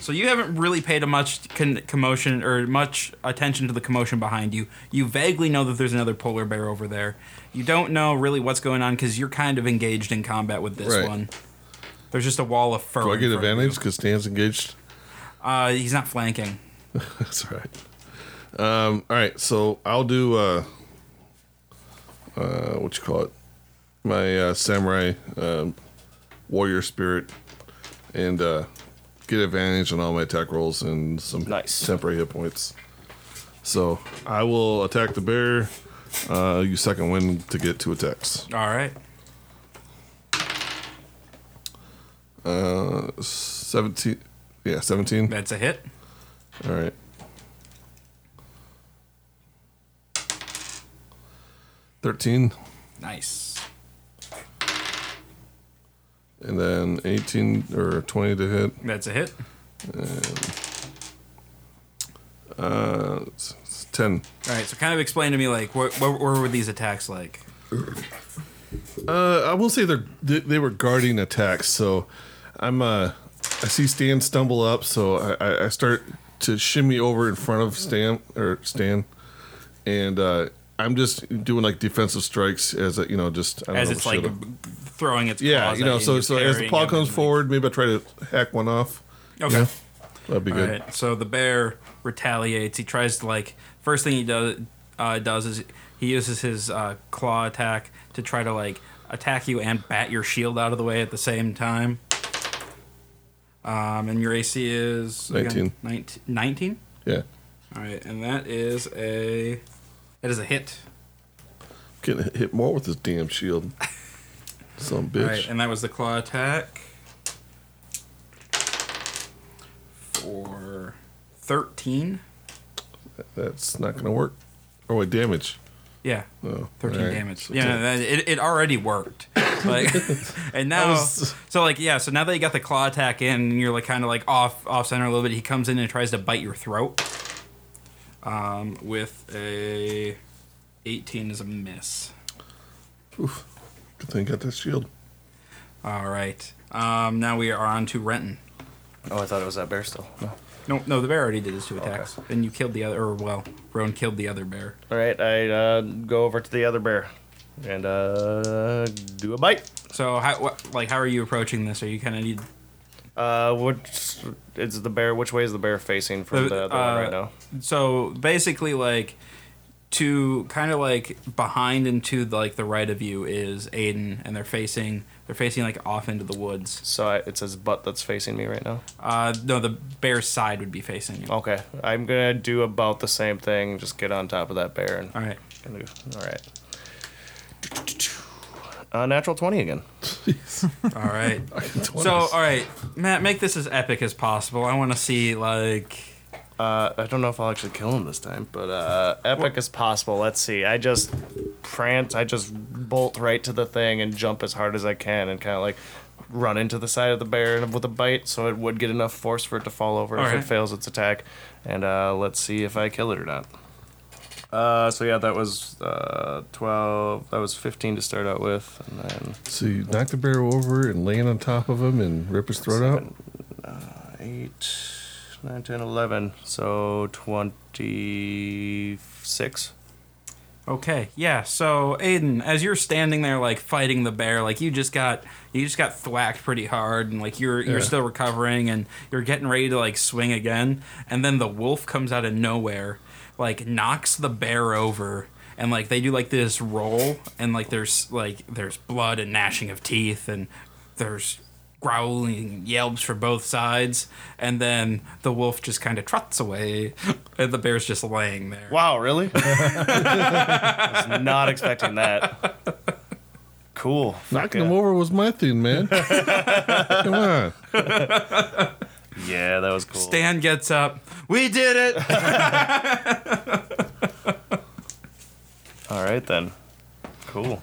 So you haven't really paid a much con- commotion or much attention to the commotion behind you. You vaguely know that there's another polar bear over there. You don't know really what's going on because you're kind of engaged in combat with this
Right.
one. There's just a wall of fur.
Do I
in
get
front of
advantage because Stan's engaged?
you. Uh, he's not flanking.
That's all right. Um, all right, so I'll do uh, uh, what you call it, my uh, samurai um, warrior spirit, and uh, get advantage on all my attack rolls and some
Nice.
temporary hit points. So I will attack the bear. Uh, use second wind to get two attacks.
All right.
17. Yeah, 17.
That's a hit.
All right. Thirteen,
Nice.
and then eighteen or twenty to hit.
That's a hit.
Uh, it's- it's ten.
All right. So kind of explain to me like what what, what were these attacks like?
Uh, I will say they're they, they were guarding attacks. So I'm uh I see Stan stumble up, so I- I, I start to shimmy over in front of Stan or Stan, and uh, I'm just doing like defensive strikes as a, you know just I don't
As
know,
it's like
shield up.
throwing its
yeah
claws
you
at
know
and
so
you're
so as the
parrying
paw
him
comes
and, like-
forward, maybe I try to hack one off.
Okay.
Yeah. That'd be
All
good.
right. So the bear retaliates. He tries to like first thing he does uh, does is he uses his uh, claw attack to try to like attack you and bat your shield out of the way at the same time. Um, and your AC is
Nineteen.
Nineteen. 19?
Yeah.
All right, and that is a that is a hit.
Getting hit- hit more with this damn shield. Some
All right,
bitch.
and that was the claw attack for thirteen.
That's not gonna work. Oh wait, damage.
Yeah.
Oh,
13
all right.
damage.
So
Yeah, no, that, it, it already worked. Like, and now,
was-
so like, yeah, so now that you got the claw attack in, and you're like kind of like off off center a little bit, he comes in and tries to bite your throat. Um, with a 18 is a miss.
Good thing I got that shield.
All right. Um, now we are on to Renton.
Oh, I thought it was that bear still. No.
No, no, the bear already did his two attacks, and you killed the other, or well, Roan killed the other bear.
All right, I uh, go over to the other bear. and uh, do a bite.
So how what, like how are you approaching this? Are you kind
Uh, which is the bear? Which way is the bear facing from
Uh,
the, the one
uh,
right now?
of so basically like to kind of like behind and to like the right of you is Aiden, and they're facing they're facing like off into the woods.
So I, it's his butt that's facing me right now.
Uh, no, the bear's side would be facing you.
Okay, I'm gonna do about the same thing. Just get on top of that bear and
All right.
gonna do. All right. Uh, natural twenty again.
All right. so, uh, all right, Matt, make this as epic as possible. I want to see like
Uh, I don't know if I'll actually kill him this time, but uh, epic as possible. Let's see. I just prance. I just bolt right to the thing and jump as hard as I can, and kind of like run into the side of the bear and- with a bite, so it would get enough force for it to fall over if
Alright.
it fails its attack. And uh, let's see if I kill it or not. Uh, so yeah, that was uh, twelve. That was fifteen to start out with, and then
So you knock the bear over and land on top of him and rip his throat out.
eight, nine, ten, eleven. So twenty-six.
Okay, yeah. So Aiden, as you're standing there like fighting the bear, like you just got you just got thwacked pretty hard and like you're you're
Yeah.
still recovering and you're getting ready to like swing again and then the wolf comes out of nowhere, like knocks the bear over and like they do like this roll and like there's like there's blood and gnashing of teeth and there's growling yelps for both sides and then the wolf just kind of trots away and the bear's just laying there.
Wow, really? I was not expecting that. Cool. Fuck
Knocking
yeah.
him over was my thing, man. Come on.
Yeah, that was cool.
Stan gets up. We did it.
All right then. Cool.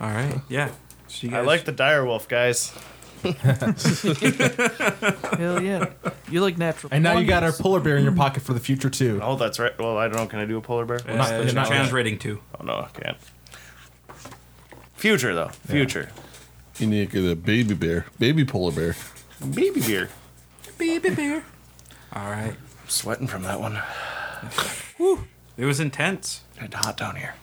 All right. Yeah. So you
I
guys-
like the dire wolf, guys.
Hell yeah. You like natural.
And now you got our
wonders.
polar bear in your pocket for the future too.
Oh, that's right. Well, I don't know. Can I do a polar bear?
Uh,
not- you're not-
translating too.
Oh no, I can't. Future though. Future.
You need to get a baby bear, baby polar bear.
Baby beer.
Baby bear. All right.
I'm sweating from that one.
It was intense.
It's hot down here.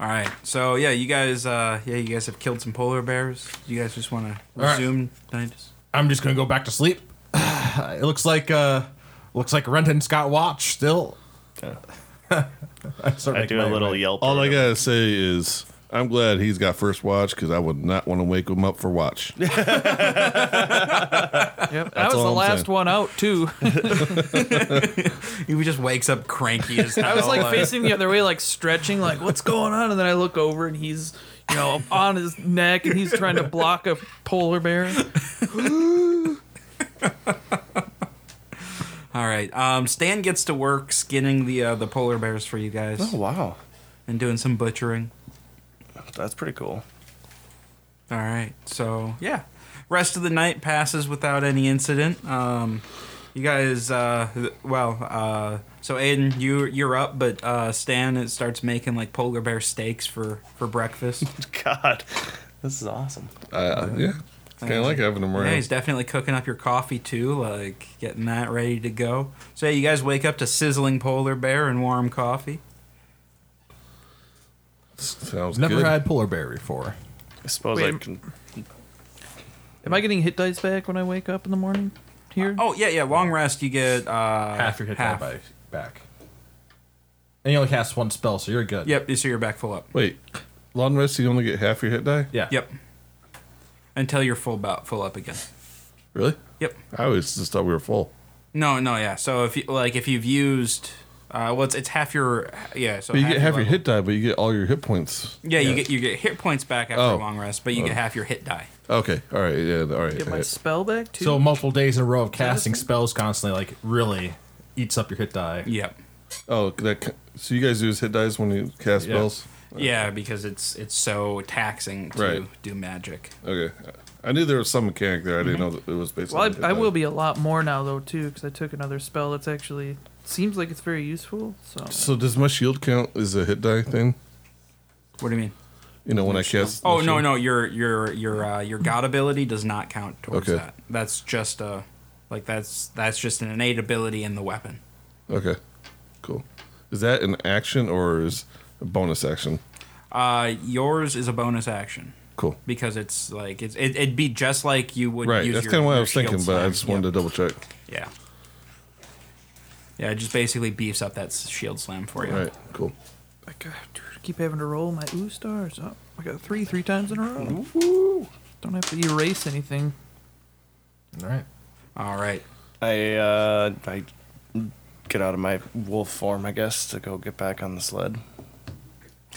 All right. So yeah, you guys. Uh, yeah, you guys have killed some polar bears. You guys just want to
right.
resume? things?
I'm just gonna go back to sleep. it looks like uh, looks like Renton's got watch still.
Yeah.
I, start
I
making
do a
my
little
way.
yelp.
All
or
I
whatever.
gotta say is, I'm glad he's got first watch because I would not want to wake him up for watch.
Yep. That
That's
was the
all I'm
last
saying.
one out too.
He just wakes up cranky as hell.
I was like facing the other way, like stretching, like what's going on? And then I look over and he's, you know, on his neck and he's trying to block a polar bear.
All right. Um, Stan gets to work skinning the uh, the polar bears for you guys
Oh wow,
and doing some butchering.
that's pretty cool.
All right. So yeah, rest of the night passes without any incident. Um, you guys, uh, th- well, uh, so Aiden, you you're up, but uh, Stan it starts making like polar bear steaks for for breakfast.
God, this is awesome.
Uh, yeah, kind of like having him
yeah, he's
around.
definitely cooking up your coffee too, like getting that ready to go. So yeah, you guys wake up to sizzling polar bear and warm coffee.
Sounds
Never
good.
had polar bear before.
I suppose
Wait a
I can.
Am I getting hit dice back when I wake up in the morning? Here,
Oh yeah, yeah, long rest. You get uh,
half your hit die by back. And you only cast one spell, so you're good.
Yep, so you're back full up.
Wait, long rest. You only get half your hit die.
Yeah.
Yep, until you're full about full up again.
Really?
Yep.
I always just thought we were full.
No, no, yeah. So if you like, if you've used, uh, well, it's, it's half your yeah. So
But you get half your
level.
hit die, but you get all your hit points.
Yeah, you get you get hit points back after a
Oh.
long rest, but you get half your hit die.
Okay. All right. Yeah. All right.
get my spell back too.
So multiple days in a row of casting spells constantly, like really eats up your hit die.
Yep.
Oh, that. c- So you guys use hit dice when you cast
Yeah.
spells.
Yeah, because it's it's so taxing to
Right.
do magic.
Okay. I knew there was some mechanic there. I
Mm-hmm.
didn't know that it was based.
well,
on hit
I, I
die.
will be a lot more now though too, because I took another spell that's actually seems like it's very useful. So
So does my shield count as a hit die thing?
What do you mean?
You know when I cast.
Oh
my
no,
shield?
no, your your your uh, your god ability does not count towards
Okay.
that. That's just a like that's that's just an innate ability in the weapon.
Okay. Cool. Is that an action or is a bonus action?
Uh, yours is a bonus action
Cool.
because it's like it's it, it'd be just like you would.
Right.
Use
That's
your-
kind of what I
your
was thinking,
shield
but I
slam.
just wanted to double check.
Yeah. Yeah, it just basically beefs up that s- shield slam for you.
All right. Cool.
I got, dude, I keep having to roll my ooh stars up. I got three, three times in a row. Don't have to erase anything.
All right.
All right.
I uh, I get out of my wolf form, I guess, to go get back on the sled.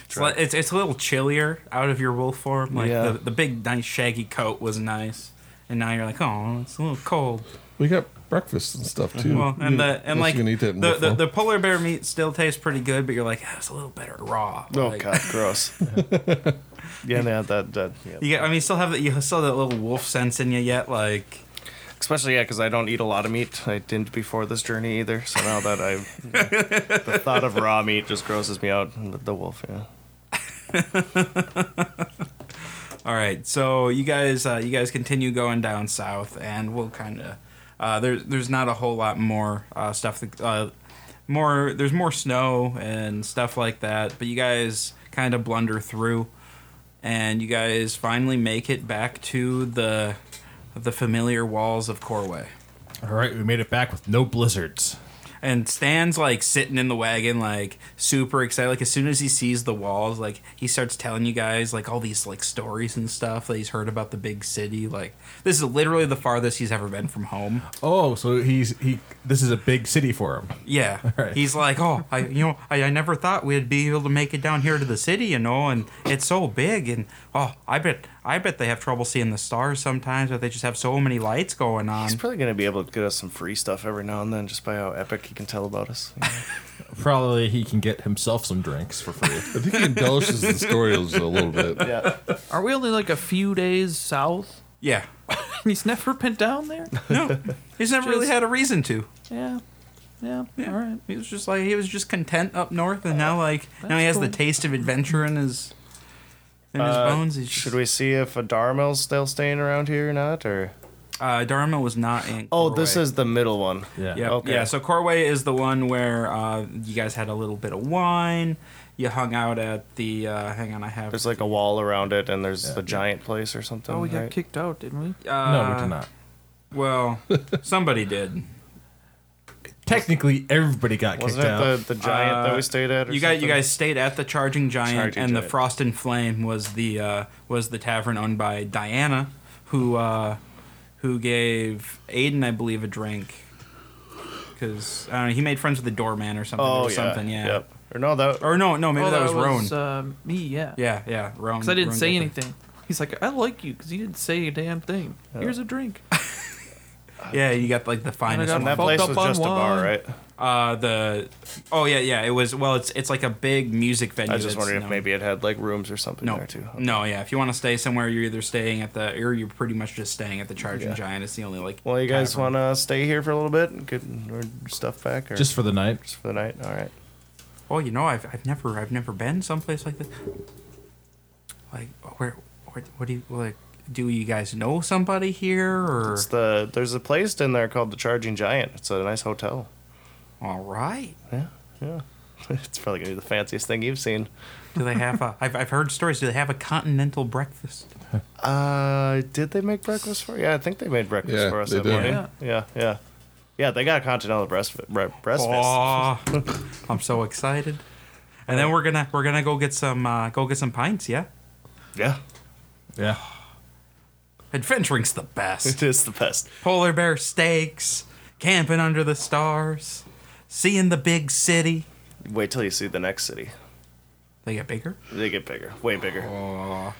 It's, li- it's it's a little chillier out of your wolf form. Like
Yeah.
the, the big nice shaggy coat was nice, and now you're like, oh, it's a little cold.
We got breakfast and stuff too.
Mm-hmm. Well, and the and
Mm-hmm. Unless
like
you can eat that
the,
in
the,
full.
the polar bear meat still tastes pretty good, but you're like, ah, it's a little better raw.
Oh
Like,
god, gross. yeah, yeah, that that. Yeah.
You get, I mean, you still have that. You still have that little wolf sense in you yet. Like,
Especially yeah, because I don't eat a lot of meat. I didn't before this journey either. So now that I, the thought of raw meat just grosses me out. The, the wolf, yeah.
all right, so you guys, uh, you guys continue going down south, and we'll kind of. Uh, there's there's not a whole lot more uh, stuff. That, uh, more there's more snow and stuff like that, but you guys kind of blunder through, and you guys finally make it back to the the familiar walls of Corway.
All right. We made it back with no blizzards.
And Stan's like sitting in the wagon, like super excited. Like as soon as he sees the walls, like he starts telling you guys like all these like stories and stuff that he's heard about the big city. Like this is literally the farthest he's ever been from home.
Oh, so he's he. This is a big city for him.
Yeah,
Right.
he's like, oh, I you know I, I never thought we'd be able to make it down here to the city, you know, and it's so big, and oh, I bet I bet they have trouble seeing the stars sometimes, but they just have so many lights going on.
He's probably gonna be able to get us some free stuff every now and then, just by how epic he can tell about us.
Probably he can get himself some drinks for free.
I think he embellishes the stories a little bit.
yeah.
Are we only like a few days south?
yeah,
He's never been down there?
no, he's never really
Just-
had a reason to.
Yeah. Yeah.
Yeah.
All right.
He was just like he was just content up north, and now like now he
that's
has the
cool.
taste of adventure in his in his bones. He's
Uh, Should
just,
we see if a Darmel's still staying around here or not? Or
uh, Dharma was not in.
oh, this
Corway.
is the middle one.
Yeah.
yeah
okay.
yeah. So Corway is the one where uh, you guys had a little bit of wine. You hung out at the uh, hang on, I have.
There's like a wall around it, and there's
Yeah.
a giant place or something.
Oh, we got
right?
kicked out, didn't we?
uh,
No, we did not.
Well, somebody did.
Technically, everybody got kicked
Wasn't it
out.
the, the giant that
Uh,
we stayed at? Or
You guys, you
something?
guys stayed at the Charging Giant,
Charging
and the
Giant.
Frost and Flame was the uh, was the tavern owned by Diana, who uh, who gave Aiden, I believe, a drink because I don't know. He made friends with the doorman or something.
Oh
or
yeah.
Something. Yeah.
Yep. Or no, that
Or no, no, maybe
oh,
that, was Roan.
uh, me, yeah.
yeah, yeah, Roan.
Because I didn't
Roan
say
gave it.
anything. He's like, I like you because you didn't say a damn thing. Here's a drink.
Yeah, you got like the finest
got
one.
and that
fucked
place
up
was
on
just a bar,
wine.
right?
Uh, the oh yeah, yeah. It was well. It's it's like a big music venue.
I was just
that's
wondering if
known-
maybe it had like rooms or something
No,
there too.
no, yeah. If you want to stay somewhere, you're either staying at the, or you're pretty much just staying at the Charging
Yeah.
Giant. It's the only like.
Well, you guys
tavern.
want to stay here for a little bit and get our stuff back, or
Just for the night.
just for the night? All right.
Oh, you know, I've, I've never I've never been someplace like this. Like where, where what do you like? Do you guys know somebody here or?
It's the there's a place in there called the Charging Giant. It's a nice hotel.
All right.
Yeah, yeah. it's probably gonna be the fanciest thing you've seen.
Do they have a? I've I've heard stories. Do they have a continental breakfast?
Uh, did they make breakfast for? Yeah, I think they made breakfast
Yeah,
for us
they
that
did.
morning.
Yeah.
Yeah. yeah, yeah, They got a continental breast bre- breakfast.
Oh, I'm so excited. And then we're gonna we're gonna go get some uh, go get some pints. Yeah.
Yeah,
Yeah.
Adventuring's the best.
it is the best.
polar bear steaks, camping under the stars, seeing the big city.
Wait till you see the next city.
They get bigger.
They get bigger, way bigger. All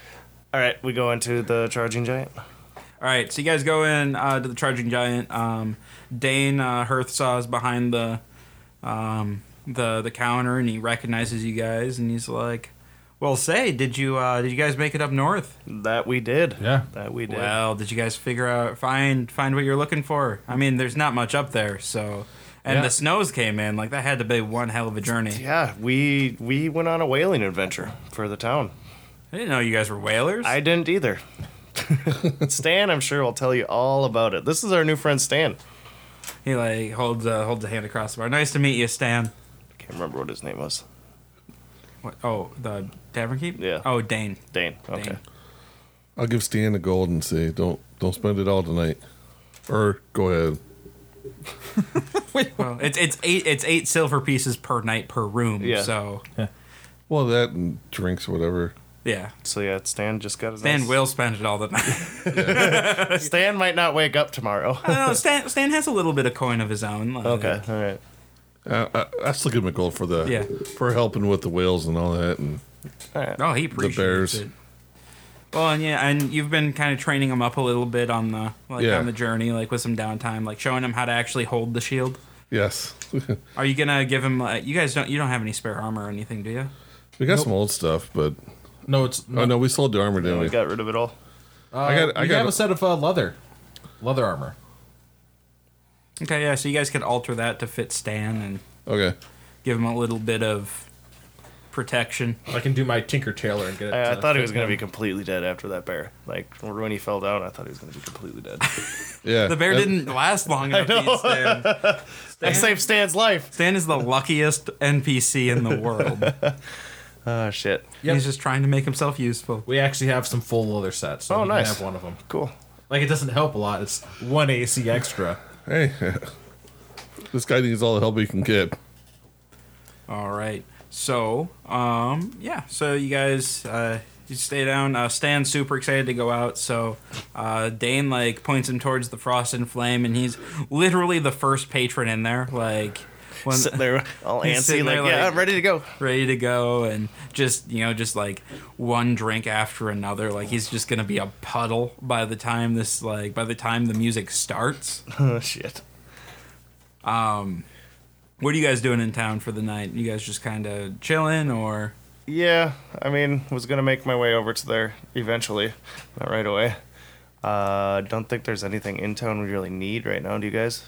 right, we go into the Charging Giant.
All right, so you guys go in uh, to the charging giant. Um, Dane uh, Hearthsaw is behind the um, the the counter, and he recognizes you guys, and he's like, "Well, say, did you uh, did you guys make it up north?
That we did.
Yeah.
That we did.
Well, did you guys figure out find find what you're looking for? I mean, there's not much up there, so." And
Yeah.
the snows came in, like that had to be one hell of a journey.
Yeah, we we went on a whaling adventure for the town.
I didn't know you guys were whalers.
I didn't either. Stan, I'm sure, will tell you all about it. This is our new friend Stan.
He like holds uh, holds a hand across the bar. Nice to meet you, Stan.
Can't remember what his name was.
What? Oh, the tavern keep.
Yeah.
Oh, Dane.
Dane. Okay.
Dane.
I'll give Stan the gold and say, don't don't spend it all tonight. Or go ahead.
Well, it's it's eight it's eight silver pieces per night per room.
Yeah.
So
Well, that and drinks, whatever.
yeah,
So yeah, Stan just got his.
Stan
nice-
will spend it all the night.
Stan might not wake up tomorrow.
no, no, Stan Stan has a little bit of coin of his own. like-
okay. All right.
I, I, I still give him a gold for the
Yeah.
for helping with the whales and all that. And
Oh, he appreciates
Bears.
it. Well, and yeah, and you've been kind of training him up a little bit on the like
Yeah.
on the journey, like with some downtime, like showing him how to actually hold the shield.
yes, we
Are you gonna give him? Uh, you guys don't you don't have any spare armor or anything, do you?
got some old stuff, but
No, it's uh,
oh no, we sold the armor, didn't
We
we?
got rid of it all.
I got I
you have a
got
set of uh, leather, leather armor.
Okay, yeah. So you guys could alter that to fit Stan and
okay.
give him a little bit of protection.
I can do my Tinker Tailor and get it.
I, I
to
thought he
fit
was gonna be
him.
completely dead after that bear. Like when he fell down, I thought he was gonna be completely dead.
Yeah, Uh,
The bear
that-
didn't last long enough to eat Stan.
I saved Stan's life.
Stan is the luckiest NPC in the world.
Oh shit.
Yep.
He's just trying to make himself useful.
We actually have some full leather sets. So
Oh,
you can
nice.
Have one of them.
Cool.
Like it doesn't help a lot. It's one AC extra.
Hey, this guy needs all the help he can get.
All right. So, um, yeah. So you guys, uh, you stay down. Uh, Stan's super excited to go out. So, uh, Dane like points him towards the frost and flame, and he's literally the first patron in there. Like, when,
Sitting there all
He's
antsy,
sitting
like,
there
yeah,
like-
I'm ready to go.
ready to go, and just you know, just like one drink after another. Like he's just gonna be a puddle by the time this like by the time the music starts.
Oh shit.
What are you guys doing in town for the night? You guys just kind of chilling, or
Yeah, I mean, was gonna make my way over to there eventually, not right away. Uh, don't think there's anything in town we really need right now. Do you guys?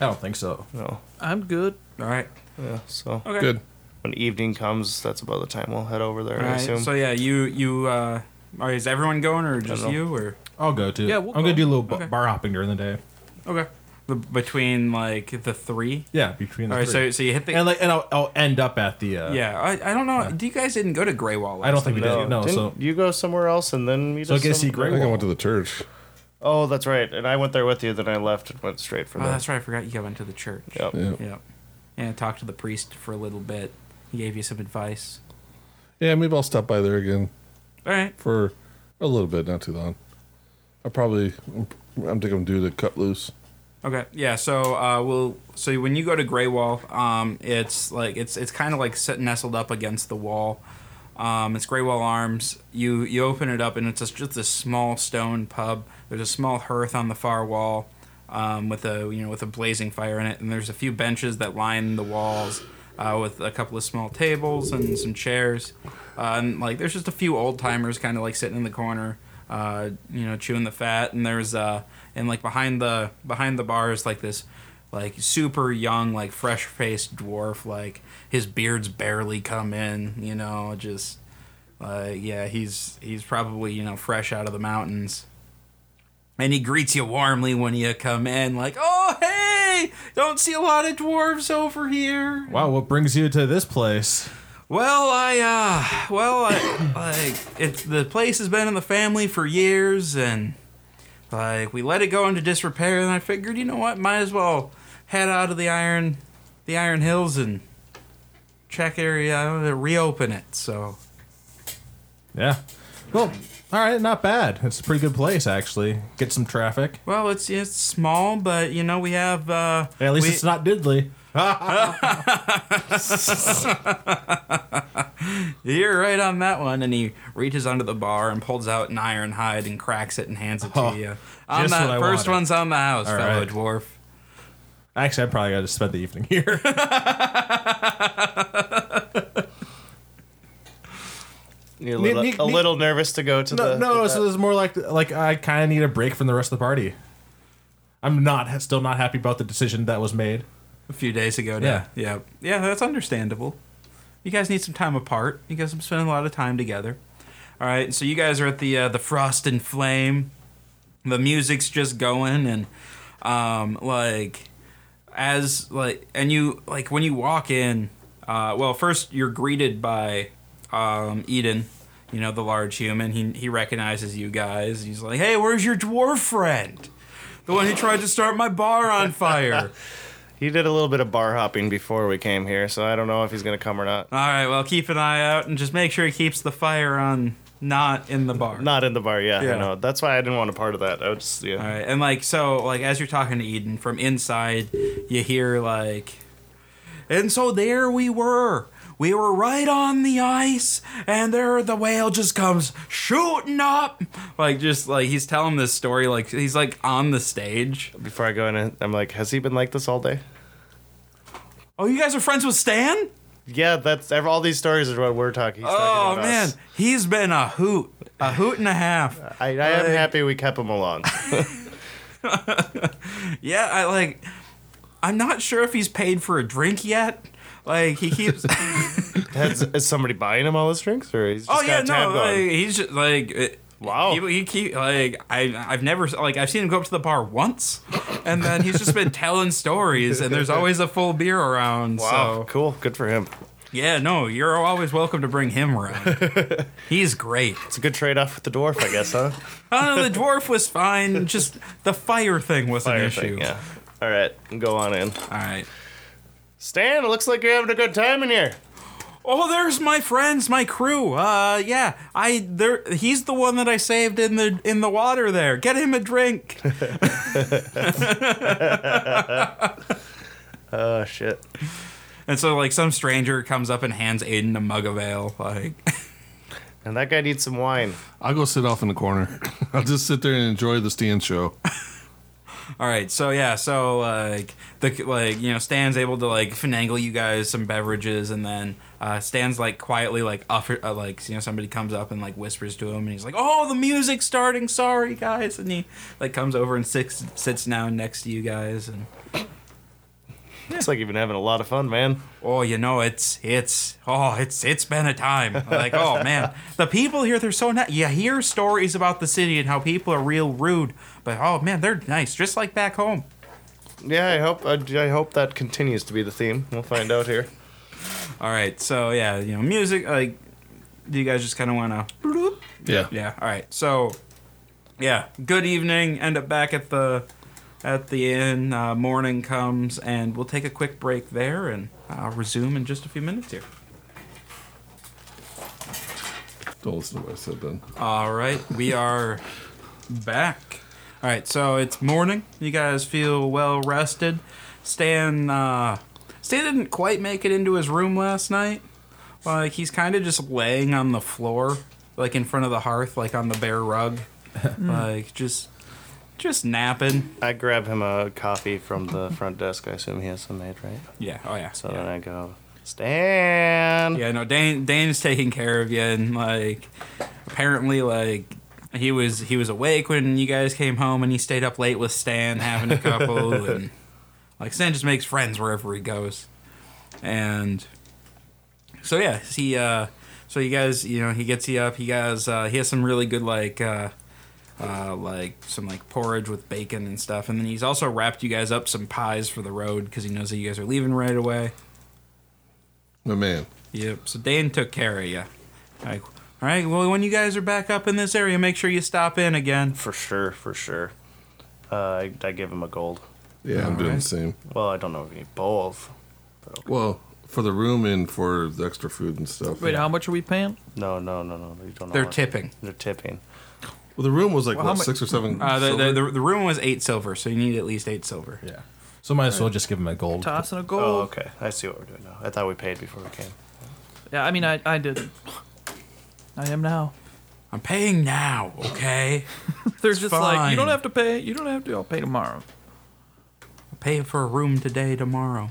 I don't think so.
No.
I'm good.
all right?
Yeah. So
Okay.
Good.
when evening comes, that's about the time we'll head over there.
All
I
right.
assume.
So yeah, you you uh, are is everyone going or just
know.
you or
I'll go to.
Yeah, we'll
I'm
go.
gonna do a little b-
Okay.
bar hopping during the day.
okay the, between like the three.
Yeah, between the
All right.
three.
So so you hit the
and like, and I'll, I'll end up at the. Uh,
yeah. I, I don't know. Do you guys didn't go to Greywall? Last
I don't think
time?
we
no,
did. No,
didn't
so
you go somewhere else and then meet
So I
us.
guess he
I
somewhere?
great-
think I went to the church.
Oh, that's right. And I went there with you. Then I left and went straight from
Oh,
there.
that's right. I forgot you guys went to the church.
Yep.
Yeah,
Yep. And talked to the priest for a little bit. He gave you some advice.
yeah. Maybe I'll stop by there again
All right.
for a little bit, not too long. I probably, I'm thinking I'm due to cut loose.
Okay. Yeah. So uh, we'll. So when you go to Greywall, um, it's like it's it's kind of like set, nestled up against the wall. Um, it's Greywall Arms. You you open it up and it's just, just a small stone pub. There's a small hearth on the far wall, um, with a you know with a blazing fire in it, and there's a few benches that line the walls. Uh, with a couple of small tables and some chairs, uh, and like there's just a few old timers kind of like sitting in the corner, uh, you know, chewing the fat. And there's uh, and like behind the behind the bar is like this, like super young, like fresh faced dwarf. Like his beard's barely come in, you know, just uh, yeah, he's he's probably you know fresh out of the mountains. And he greets you warmly when you come in, like, "Oh, hey! Don't see a lot of dwarves over here."
wow, what brings you to this place?
Well, I uh, well, I, like it's the place has been in the family for years, and like we let it go into disrepair, and I figured, you know what, might as well head out of the iron, the Iron Hills, and check area out and reopen it. So
Yeah. Well, all right, not bad. It's a pretty good place actually. Get some traffic.
Well, it's it's small, but you know we have. Uh,
At least
we-
it's not diddly.
You're right on that one. And he reaches under the bar and pulls out an iron hide and cracks it and hands it to
Oh,
you. On
just
that
what I
first
wanted.
one's on the house,
All
fellow
right.
dwarf.
Actually, I probably got to spend the evening here.
You're a
Me-
little,
me-
a
me-
little nervous to go to
no,
the.
no.
the-
So it's more like like I kind of need a break from the rest of the party. I'm not still not happy about the decision that was made.
A few days ago. to-
Yeah.
yeah, yeah. That's understandable. You guys need some time apart. You guys have spent a lot of time together. All right, so you guys are at the uh, the Frost and Flame. The music's just going, and um, like as like, and you like when you walk in. Uh, well, first you're greeted by um, Eden, you know, the large human. He, he recognizes you guys. He's like, hey, where's your dwarf friend? The one who tried to start my bar on fire.
He did a little bit of bar hopping before we came here, so I don't know if he's gonna come or not.
All right, well, keep an eye out and just make sure he keeps the fire on, not in the bar.
Not in the bar, yeah.
Yeah.
I know. That's why I didn't want a part of that. I would just yeah.
All right, and like so, like as you're talking to Eden from inside, you hear like, and so there we were. We were right on the ice, and there the whale just comes shooting up, like just like he's telling this story, like he's like on the stage.
Before I go in, I'm like, has he been like this all day?
Oh, you guys are friends with Stan?
Yeah, that's ev- all these stories is what we're talking. He's
Oh
talking about
man,
us.
he's been a hoot, a hoot and a half.
I, I am
Like-
happy we kept him along.
Yeah, I like. I'm not sure if he's paid for a drink yet. Like he keeps. oh,
Has, is somebody buying him all his drinks, or he's just
oh yeah,
got a tab
no, like,
going? Oh.
he's just like. It,
Wow.
He, he keep like I I've never like I've seen him go up to the bar once, and then he's just been telling stories, and there's always a full beer around.
wow,
So
cool, good for him.
yeah, no, you're always welcome to bring him around. he's great.
It's a good trade-off with the dwarf, I guess, huh?
Oh, the dwarf was fine. Just the fire thing was an
Fire
issue.
thing, yeah. All right, go on in.
All right.
Stan, it looks like you're having a good time in here.
Oh, there's my friends, my crew. Uh, yeah, I there. He's the one that I saved in the in the water there. Get him a drink.
Oh shit.
and so like some stranger comes up and hands Aiden a mug of ale. Like,
And that guy needs some wine.
I'll go sit off in the corner. I'll just sit there and enjoy the stand show.
all right, so yeah, so like the like you know Stan's able to like finagle you guys some beverages, and then uh, Stan's like quietly like offer uh, like you know somebody comes up and like whispers to him, and he's like, "Oh, the music's starting. Sorry, guys." And he like comes over and sits sits down next to you guys and.
Looks like you've been having a lot of fun, man.
oh you know it's it's oh it's it's been a time like oh man the people here they're so nice you hear stories about the city and how people are real rude but oh man they're nice just like back home
Yeah, I hope I, I hope that continues to be the theme. We'll find out here.
all right so yeah you know music like do you guys just kind of want to
Yeah.
yeah all right so yeah good evening end up back at the at the inn uh, morning comes and we'll take a quick break there and uh, resume in just a few minutes here
Don't listen to what I said then.
All right, we are back. All right, so it's morning. You guys feel well rested. Stan, uh, Stan didn't quite make it into his room last night. Like he's kind of just laying on the floor, like in front of the hearth, like on the bare rug, like just, just napping.
I grab him a coffee from the front desk. I assume he has some made, right?
Yeah. Oh yeah.
So
yeah.
then I go, Stan.
Yeah, no, Dane Dane's taking care of you, and like apparently, like he was he was awake when you guys came home, and he stayed up late with Stan having a couple, and like Stan just makes friends wherever he goes, and so yeah, he uh, so you guys, you know, he gets you up. He guys, uh, he has some really good like. Uh, uh, like some like porridge with bacon and stuff, and then he's also wrapped you guys up some pies for the road because he knows that you guys are leaving right away.
My man.
Yep. So Dane took care of you. Like, all right. Well, when you guys are back up in this area, make sure you stop in again.
For sure, for sure. Uh, I, I give him a gold.
Yeah, I'm doing
Alright.
the same.
Well, I don't know if he need both.
Well, for the room and for the extra food and stuff.
Wait, how much are we paying?
No, no, no, no. You don't know
They're
what-
tipping.
They're tipping.
Well, the room was like
Well, how
what,
mu-
six or seven.
Uh, the, the,
silver?
the, the room was eight silver, so you need at least eight silver.
Yeah. So might as well just give him a gold.
Tossing a goal.
Oh, okay. I see what we're doing now. I thought we paid before we came.
Yeah, I mean, I, I did. I am now.
I'm paying now, okay?
They're just like,
fine.
you don't have to pay. You don't have to. I'll pay tomorrow
I'll pay for a room today, tomorrow.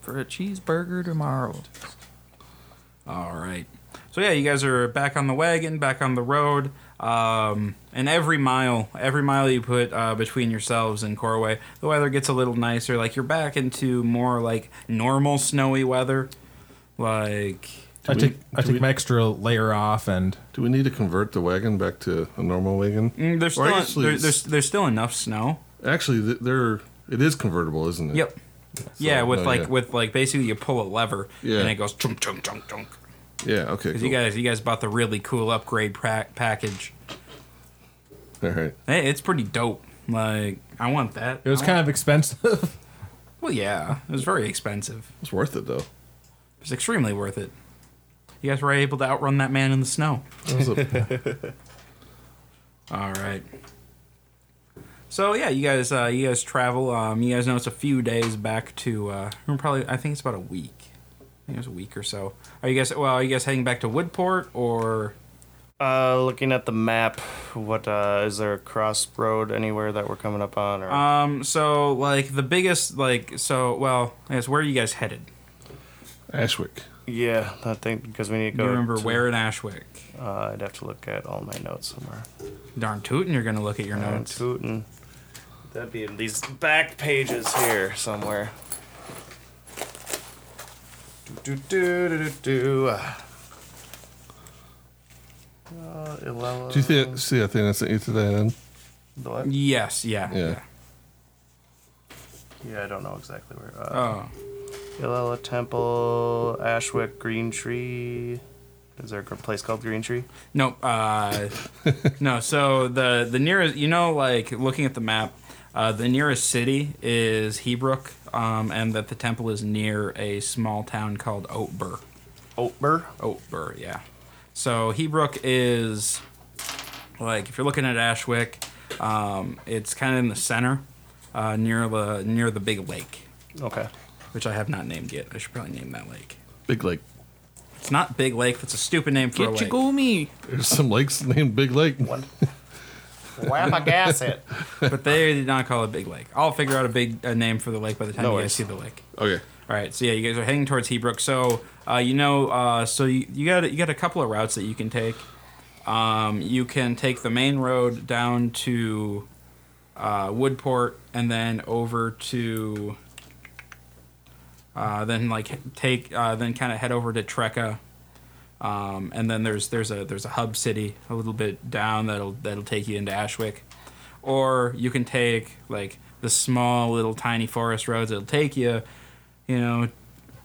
for a cheeseburger tomorrow.
All right. So yeah, you guys are back on the wagon, back on the road. Um, and every mile, every mile you put uh, between yourselves and Corway, the weather gets a little nicer. Like you're back into more like normal snowy weather. Like
I
we-
take I
do
take
we-
my extra layer off and
Do we need to convert the wagon back to a normal wagon?
Mm, There's
Or
still there- there's, there's still enough snow.
actually th- there it is convertible, isn't it?
Yep. yeah, with
no,
like
yeah.
with like basically you pull a lever
Yeah.
and it goes chunk chunk chunk chunk.
Yeah. Okay.
Because
Cool.
you guys, you guys bought the really cool upgrade pra- package.
All right.
Hey, it's pretty dope. Like, I want that.
It was kind of expensive.
well, yeah. It was very expensive.
It's worth it though.
It was extremely worth it. You guys were able to outrun that man in the snow.
That was a-
All right. So yeah, you guys, uh, you guys travel. Um, you guys know it's a few days back to uh, probably. I think it's about a week. I think it was a week or so. Are you guys? Well, are you guys heading back to Woodport or?
Uh, looking at the map, what uh, is there a crossroad anywhere that we're coming up on? Or
Um. So like the biggest like so well, I guess where are you guys headed?
Ashwick.
yeah, I think because we need to
Do
go.
you remember
to-
where in Ashwick?
Uh, I'd have to look at all my notes somewhere.
Darn tootin', you're gonna look at your
Darn
notes.
tootin'. That'd be in these back pages here somewhere. Do, do, do, do, do. Uh, Iloa-
Do you thi- see that thing I sent you to that end?
the what?
Yes. Yeah.
Yeah.
Yeah, I don't know exactly where.
yeah.
Uh,
Oh.
Iloa Temple, Ashwick, Green Tree. Is there a gr- place called Green Tree?
No, uh, no. So the the nearest, you know, like looking at the map, uh, the nearest city is Hebrook, um, and that the temple is near a small town called Oatbur.
Oatbur.
Oatbur, yeah. So Hebrook is like if you're looking at Ashwick, um, it's kind of in the center, uh, near the near the big lake,
Okay.
which I have not named yet. I should probably name that lake.
Big Lake.
It's not Big Lake. It's a stupid name for
Get
a lake.
Chigumi.
There's some lakes named Big Lake.
What? Wapagasset.
But they did not call it Big Lake. I'll figure out a big a name for the lake by the time
No
you guys
worries.
see the lake.
Okay.
All right, so yeah, you guys are heading towards Hebrook. So uh, you know, uh, so you, you got you got a couple of routes that you can take. Um, you can take the main road down to uh, Woodport and then over to uh, then like take uh, then kind of head over to Trekka. Um, and then there's there's a there's a hub city a little bit down that'll that'll take you into Ashwick, or you can take like the small little tiny forest roads that'll take you, you know,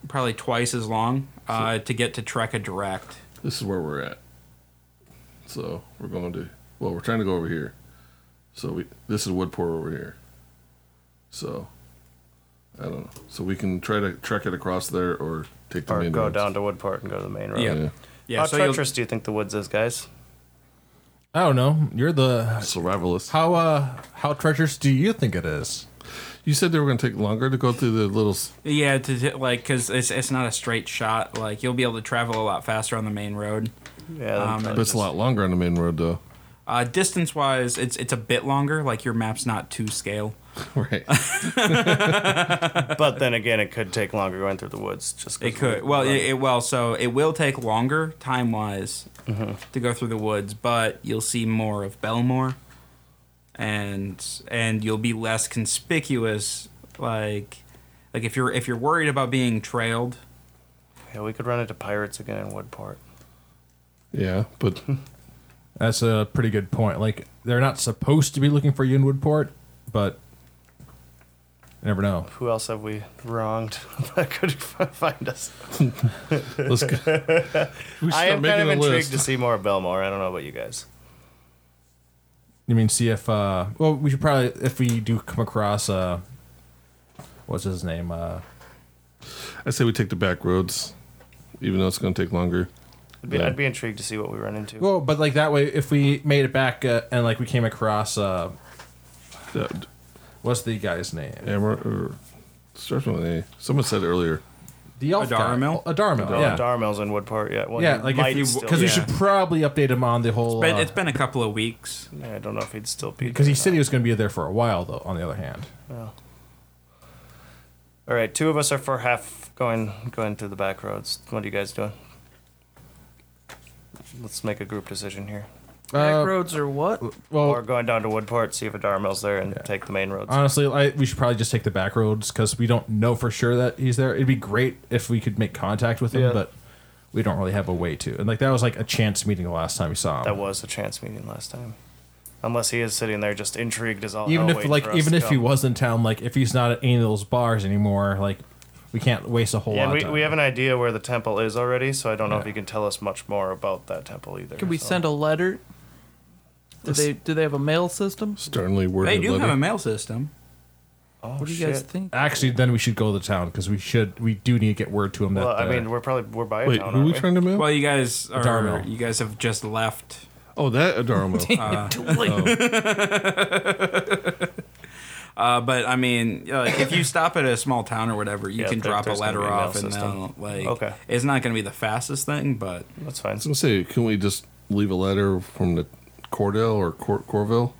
probably twice as long uh, to get to Trekka direct.
This is where we're at. So we're going to. Well, we're trying to go over here. So we. This is Woodport over here. So. I don't know. So we can try to trek it across there or take the
or
main
go
roads.
down to Woodport and go to the main road.
Yeah.
Yeah.
Yeah,
How
so you'll-
treacherous do you think the woods is, guys?
I don't know. You're the
Survivalist.
how uh how treacherous do you think it is?
You said they were going to take longer to go through the little. s-
Yeah, to, to like because it's it's not a straight shot. Like you'll be able to travel a lot faster on the main road.
Yeah,
Um,
probably
But it's a lot longer on the main road, though.
Uh, distance wise, it's it's a bit longer. Like your map's not to scale.
right.
just- But then again, it could take longer going through the woods. Just 'cause
It could.
we-
Well,
we're
it, it well. So it will take longer time wise to go through the woods, but you'll see more of Belmore, and and you'll be less conspicuous. Like like if you're if you're worried about being trailed,
running- yeah, we could run into pirates again in Woodport.
Yeah, but
That's a pretty good point. Like they're not supposed to be looking for you in Woodport, but you never know.
Who else have we wronged that could find us?
let's. Go. we should
I
start
am kind
making
of
a
intrigued
list.
to see more of Belmore. I don't know about you guys.
You mean see if uh well we should probably if we do come across uh what's his name uh
I say we take the back roads, even though it's going to take longer.
I'd be,
Yeah.
I'd be intrigued to see what we run into.
well but like that way if we made it back uh, and like we came across uh
That,
what's the guy's name
Amar, or, starts with an A. Someone said earlier.
the elf
Adarmil?
guy. Adarmil
oh,
yeah
Darmel's in Woodport. Yeah, well,
yeah
he
like
might
if you
still-
because we
yeah.
should probably update him on the whole
but
uh,
it's been a couple of weeks.
yeah, I don't know if he'd still be
Because he
there or
said
not.
he was going to be there for a while, though. On the other hand,
All right, two of us are for half going going through the back roads. What are you guys doing? Let's make a group decision here.
Back
Uh,
roads or what?
Or
well, Uh,
going down to Woodport, see if a Darmel's there, and take the main roads.
honestly, I, we should probably just take the back roads because we don't know for sure that he's there. It'd be great if we could make contact with him,
Yeah.
but we don't really have a way to. And like that was like a chance meeting the last time we saw him.
that was a chance meeting last time. Unless he is sitting there just intrigued as all.
even
hell,
if
waiting
like
for us
even
to
if he
come.
was in town, like if he's not at any of those bars anymore, like we can't waste a whole
Yeah,
lot.
and
of
we,
time.
we have an idea where the temple is already, so I don't know if you can tell us much more about that temple either.
Can we
so.
send a letter? Do they do they have a mail system?
Sternly worded.
They do
letter.
have a mail system.
Oh,
What do you
shit.
guys think?
Actually, then we should go to town because we should. We do need to get word to him that.
Well, I
uh,
mean, we're probably we're by a
Wait,
town,
who
aren't
are we
we?
trying to mail?
Well, you guys are.
Dharma.
You guys have just left.
Oh, that Adarmo.
Uh, but I mean, uh, if you stop at a small town or whatever, you
Yeah,
can
there-
drop a
there's gonna
letter
be a mail
off, and
system.
they'll like.
Okay.
It's not going to be the fastest thing, but
That's fine.
I was gonna say, can we just leave a letter from the Cordell or Cor- Corville?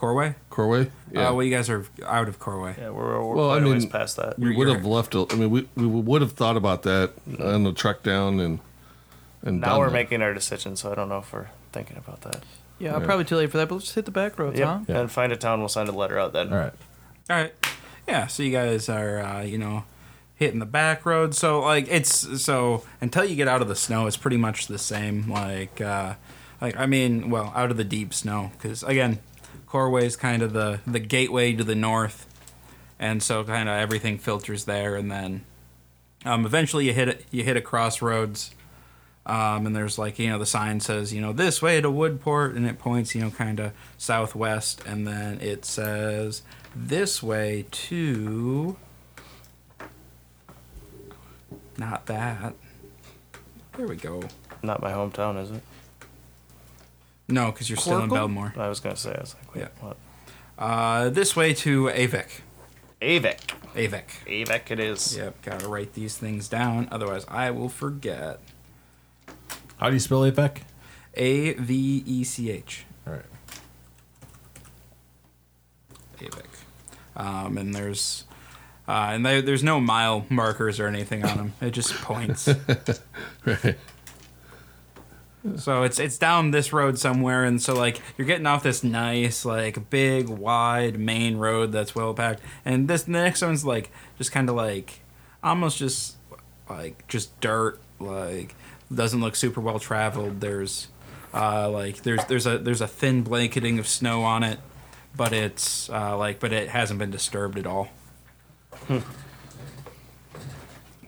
Corway.
Corway?
Uh, well, you guys are out of Corway.
Yeah, we're, we're
Well, I
quite a ways
mean-
past that.
we
you're-
would
you're-
have left. A, I mean, we, we would have thought about that on the trek down and and
Now
done
we're
that.
making our decision, so I don't know if we're thinking about that.
Yeah, I'll
Yeah.
probably tell you for that, but let's just hit the back roads, huh?
Yep. And find a town, we'll send a letter out then.
all right.
All right. Yeah. So you guys are, uh, you know, hitting the back road. So like it's so until you get out of the snow, it's pretty much the same. Like, uh, like I mean, well, out of the deep snow, because again, Corway is kind of the the gateway to the north, and so kind of everything filters there, and then um, eventually you hit a, you hit a crossroads. Um, and there's like you know the sign says you know this way to Woodport and it points you know kind of southwest and then it says this way to not that there we go
Not my hometown, is it?
no because you're still in
Quirkle?
Belmore
I was gonna say. I was like, wait,
Yeah.
what?
uh, this way to Avic
Avic.
Avic
Avic it is.
yep gotta write these things down otherwise I will forget
How do you spell Apec?
A V E C H
All right.
Avic. Um, and there's uh, and there, there's no mile markers or anything on them. It just points. So it's it's down this road somewhere, and so like you're getting off this nice like big wide main road that's well packed, and this the next one's like just kind of like almost just like just dirt like doesn't look super well traveled. There's uh, like there's there's a there's a thin blanketing of snow on it, but it's uh, like but it hasn't been disturbed at all.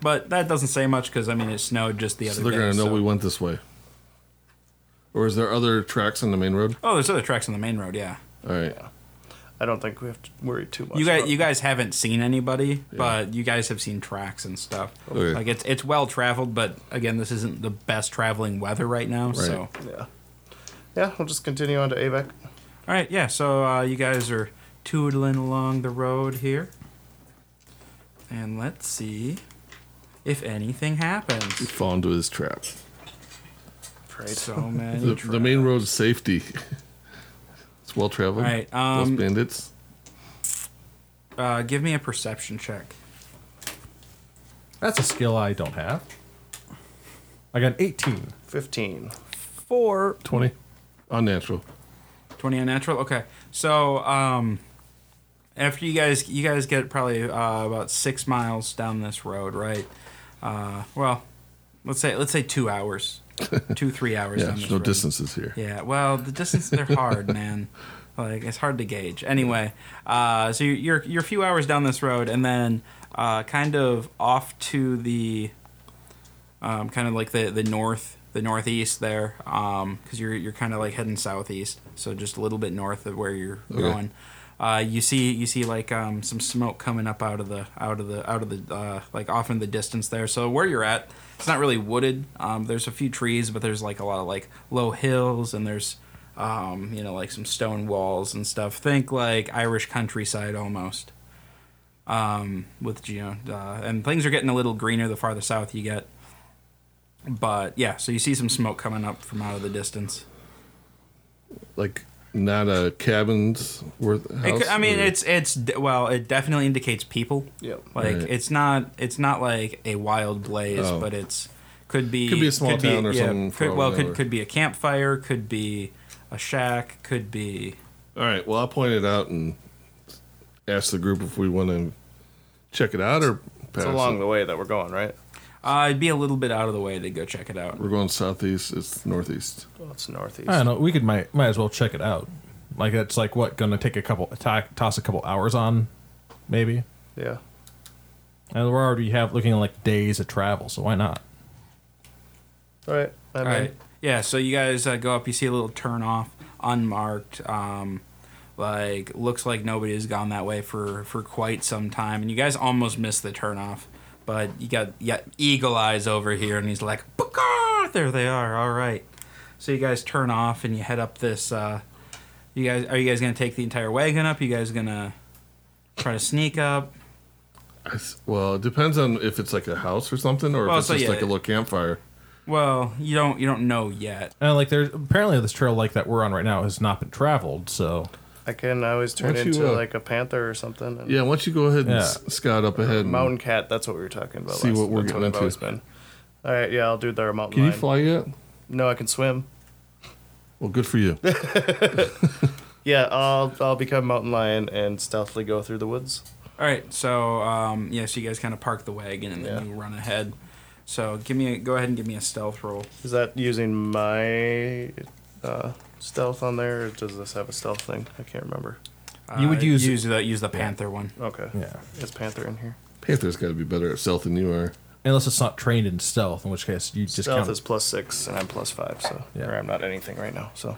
But that doesn't say much because I mean it snowed just the other
So they're
day.
gonna know
so-
we went this way. Or is there other tracks on the main road?
Oh, there's other tracks on the main road. Yeah,
All right.
I don't think we have to worry too much.
you guys,
about
you guys haven't seen anybody, but you guys have seen tracks and stuff.
Okay.
Like it's it's well traveled, but again, this isn't the best traveling weather right now. So, all
Right.
Yeah. Yeah, we'll just continue on to Avic.
right, yeah. So uh, you guys are tootling along the road here, and let's see if anything happens.
Fall into his trap.
So many.
The,
tra-
the main road's safety. it's well traveled.
All right,
Less
um,
bandits.
uh, give me a perception check.
That's a skill I don't have. I got an 18.
15.
Four.
Twenty. Unnatural.
20 unnatural okay so um after you guys you guys get probably uh, about six miles down this road right uh well let's say let's say two hours two three hours
Yeah.
down
There's
this
no
road.
distances here.
yeah well the distances they're hard man like it's hard to gauge anyway uh so you're you're, you're a few hours down this road and then uh kind of off to the um, kind of like the, the north, the northeast there, because you're you're kind of like heading southeast, so just a little bit north of where you're going. Uh, you see you see like um, some smoke coming up out of the out of the out of the uh, like off in the distance there. So where you're at, it's not really wooded. Um, there's a few trees, but there's like a lot of like low hills and there's um, you know like some stone walls and stuff. Think like Irish countryside almost. Um, with you know, uh, and things are getting a little greener the farther south you get. But yeah, so you see some smoke coming up from out of the distance.
Like not a cabin's worth.
It
House,
could, I mean,
or-
it's it's de- well, it definitely indicates people.
Yep.
Like
Right.
it's not it's not like a wild blaze,
Oh.
but it's could be
Could be a small town or something for
Could,
all
well,
we know,
could
or-
could be a campfire, could be a shack, could be
All right. Well, I'll point it out and ask the group if we want to check it out or pass
It's along
it.
the way that we're going, right?
uh, it'd be a little bit out of the way to go check it out.
We're going southeast. It's northeast.
Well, it's northeast.
I don't know. We could might might as well check it out. Like that's like what gonna take a couple to- toss a couple hours on, maybe.
Yeah.
And we're already have looking at like days of travel, so why not?
All right. I'm
All
in.
right. Yeah. So you guys uh, go up. You see a little turn off, unmarked. Um, like looks like nobody has gone that way for for quite some time, and you guys almost missed the turn off. But you got you got eagle eyes over here, and he's like, "Booker, there they are. All right." So you guys turn off and you head up this. Uh, you guys are you guys gonna take the entire wagon up? You guys gonna try to sneak up?
I s- well, it depends on if it's like a house or something, or
Well,
if it's
so
just
yeah.
like a little campfire.
Well, you don't you don't know yet.
And like there's apparently this trail like that we're on right now has not been traveled, so
I can always turn
Once you,
into
uh,
like a panther or something. and-
Yeah, why don't you go ahead and
Yeah.
s- scout up ahead? And,
Mountain cat. That's what we were talking about.
See
last-
what we're
that's
getting
I've
into.
always been. All right. Yeah, I'll do the mountain.
Can you
lion.
fly yet?
No, I can swim.
Well, good for you.
Yeah, I'll I'll become mountain lion and stealthily go through the woods.
All right, so um, yeah, so you guys kind of park the wagon and then
Yeah.
you run ahead. So give me, a, go ahead and give me a stealth roll.
Is that using my uh, stealth on there, or does this have a stealth thing? I can't remember.
Uh,
You would use-
use the use the panther one.
Okay.
yeah.
Is panther in here?
Panther's got to be better at stealth than you are.
Unless it's not trained in stealth, in which case you just
stealth
count.
is plus six, and I'm plus five, so
Yeah.
or I'm not anything right now. So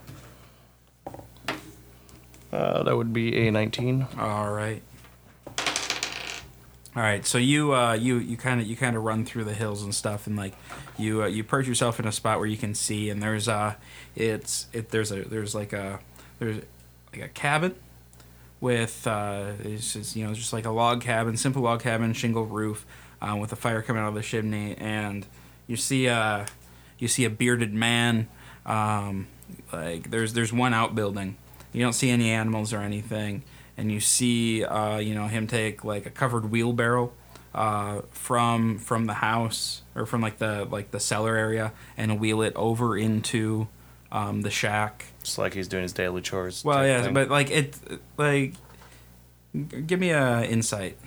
uh, that would be a 19.
All right. All right, so you uh, you you kind of you kind of run through the hills and stuff, and like you uh, you perch yourself in a spot where you can see, and there's uh it's it there's a there's like a there's like a cabin with uh it's just, you know just like a log cabin, simple log cabin, shingle roof, um, with a fire coming out of the chimney, and you see uh you see a bearded man, um like there's there's one outbuilding, you don't see any animals or anything, and you see uh, you know him take like a covered wheelbarrow uh, from from the house or from like the like the cellar area and wheel it over into um, the shack.
It's like he's doing his daily chores.
Well,
type
yeah,
thing.
but like it like g- give me a insight.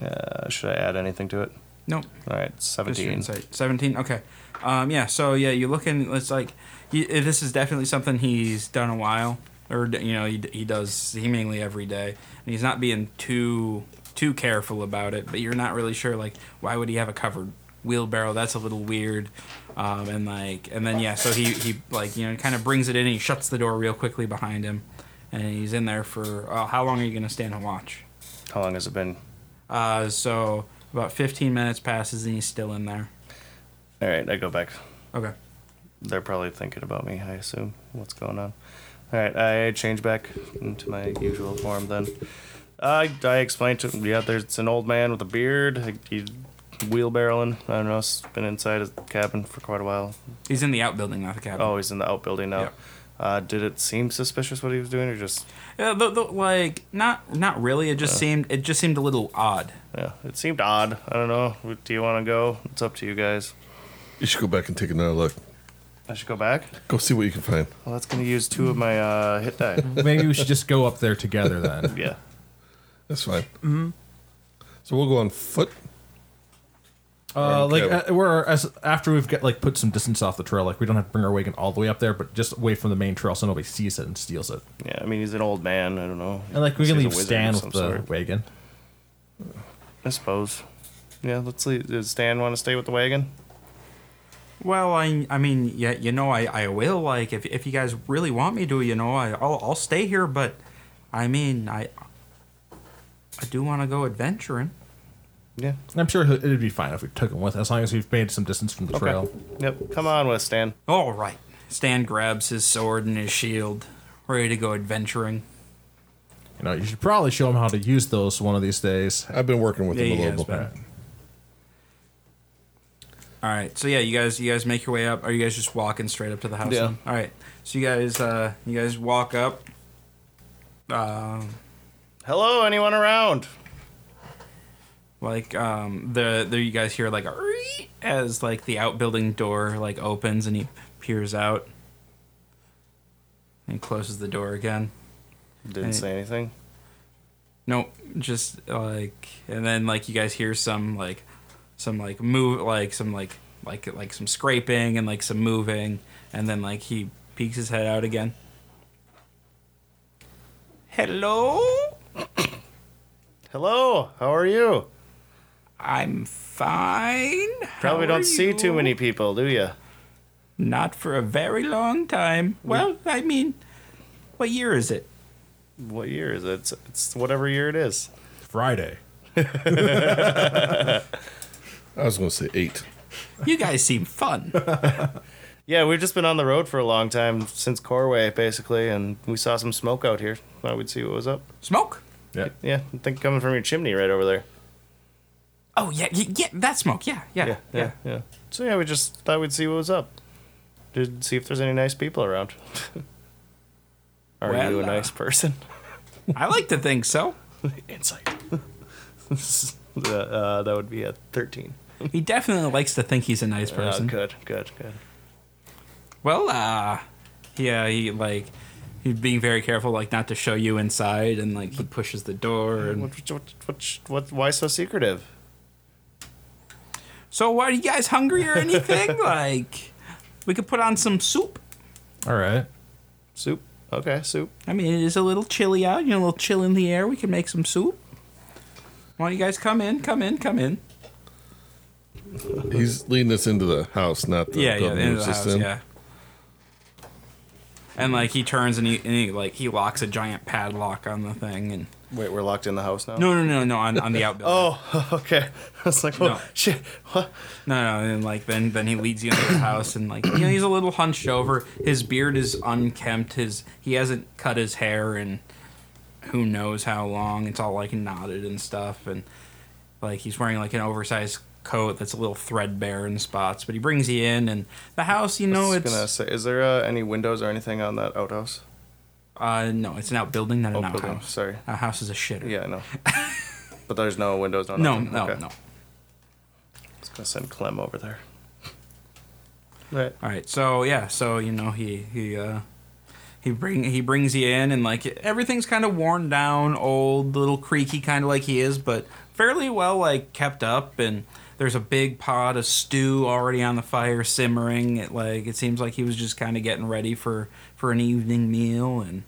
uh, should I add anything to it?
Nope.
All right,
Just your
17.
insight. Seventeen. Okay. Um, yeah. So yeah, you look in. It's like you, eh, this is definitely something he's done a while, or d- you know, he, d- he does seemingly every day, and he's not being too too careful about it. But you're not really sure. Like, why would he have a covered wheelbarrow? That's a little weird. Um, and like, and then yeah, so he he like you know kind of brings it in. and He shuts the door real quickly behind him, and he's in there for uh, how long are you gonna stand and watch?
How long has it been?
Uh, so about 15 minutes passes, and he's still in there.
All right, I go back.
Okay.
They're probably thinking about me, I assume. What's going on? All right, I change back into my usual form then. I, I explained to him, yeah, there's an old man with a beard. He's wheelbarrowing. I don't know, he's been inside his cabin for quite a while.
He's in the outbuilding, not the cabin.
Oh, he's in the outbuilding now.
Yeah.
Uh, did it seem suspicious what he was doing, or just
yeah, Uh, the, the, like not not really. It just seemed it just seemed a little odd.
yeah? It seemed odd. I don't know. Do you want to go? It's up to you guys.
You should go back and take another look.
I should go back.
Go see what you can find.
Well, that's gonna use two of my uh, hit die.
Maybe we should just go up there together then.
yeah.
That's fine. Mm-hmm. So we'll go on foot.
Uh, like
Okay.
uh, we're as, after we've got like put some distance off the trail, like we don't have to bring our wagon all the way up there, but just away from the main trail so nobody sees it and steals it.
Yeah, I mean he's an old man. I don't know.
And like we can
He's a
leave
wizard
Stan
of
with
some
the
sort.
wagon.
I suppose. Yeah, let's leave. Does Stan want to stay with the wagon?
Well, I I mean, yeah, you know, I, I will like if if you guys really want me to, you know, I I'll, I'll stay here, but I mean, I I do want to go adventuring.
Yeah.
And I'm sure he'll- it'd be fine if we took him with, as long as we've made some distance from the trail.
Yep. Come on with Stan.
All right. Stan grabs his sword and his shield, ready to go adventuring.
You know, you should probably show him how to use those one of these days.
I've been working with
Yeah,
him a
he
little bit.
has All right. So yeah, you guys, you guys make your way up. Are you guys just walking straight up to the house?
Yeah.
then? All right. So you guys, uh, you guys walk up. Um,
Hello, anyone around?
like um, the there you guys hear like a "Ree!" as like the outbuilding door like opens and he peers out and closes the door again.
Didn't
Hey.
say anything.
No, just like and then like you guys hear some like some like move like some like like like some scraping and like some moving and then like he peeks his head out again. Hello?
Hello, how are you?
I'm fine.
Probably
How are
don't see too
you?
many people, do you?
Not for a very long time. Well, I mean, what year is it?
What year is it? It's, it's whatever year it is.
Friday.
I was going to say eight.
You guys seem fun.
Yeah, we've just been on the road for a long time since Corway, basically, and we saw some smoke out here. Thought we'd see what was up.
Smoke?
Yeah.
Yeah, I think coming from your chimney right over there.
Oh yeah, yeah, yeah that smoke. Yeah, yeah,
Yeah, yeah, yeah. So yeah, we just thought we'd see what was up. Did see if there's any nice people around. Are you
Well,
a
uh,
nice person?
I like to think so.
Insight. Uh, uh, that would be a thirteen.
He definitely likes to think he's a nice
Uh,
person.
good, good, good.
Well, uh, yeah, he like he's being very careful, like not to show you inside, and like he pushes the door.
What,
And...
what, what, what, what, why so secretive?
So, why are you guys hungry or anything? like, we could put on some soup.
All right.
Soup. Okay, soup.
I mean, it is a little chilly out. You know, a little chill in the air. We can make some soup. Why don't you guys come in? Come in. Come in.
He's leading us into the house, not the
yeah, yeah,
building
the end of the
we're just
house,
in.
yeah. And like he turns and he, and he like he locks a giant padlock on the thing and
Wait, we're locked in the house now.
no no no no on, on the outbuilding
Oh, okay. I was like, oh
No.
shit. What?
no no and like then then he leads you into the house and like you know he's a little hunched over his beard is unkempt his he hasn't cut his hair in who knows how long it's all like knotted and stuff and like he's wearing like an oversized coat that's a little threadbare in spots but he brings you in and the house you know
I was
it's
gonna say, is there uh, any windows or anything on that outhouse?
uh no it's an outbuilding not an
Outbuilding,
outhouse
sorry.
a house is a shitter
Yeah, I know. but there's no windows. No,
No,
nothing.
no,
Okay.
no.
I was gonna send Clem over there. Right.
All right. So yeah. So you know he he uh he bring he brings you in and like everything's kind of worn down, old, little creaky, kind of like he is, but fairly well like kept up. And there's a big pot of stew already on the fire simmering. It like it seems like he was just kind of getting ready for for an evening meal and.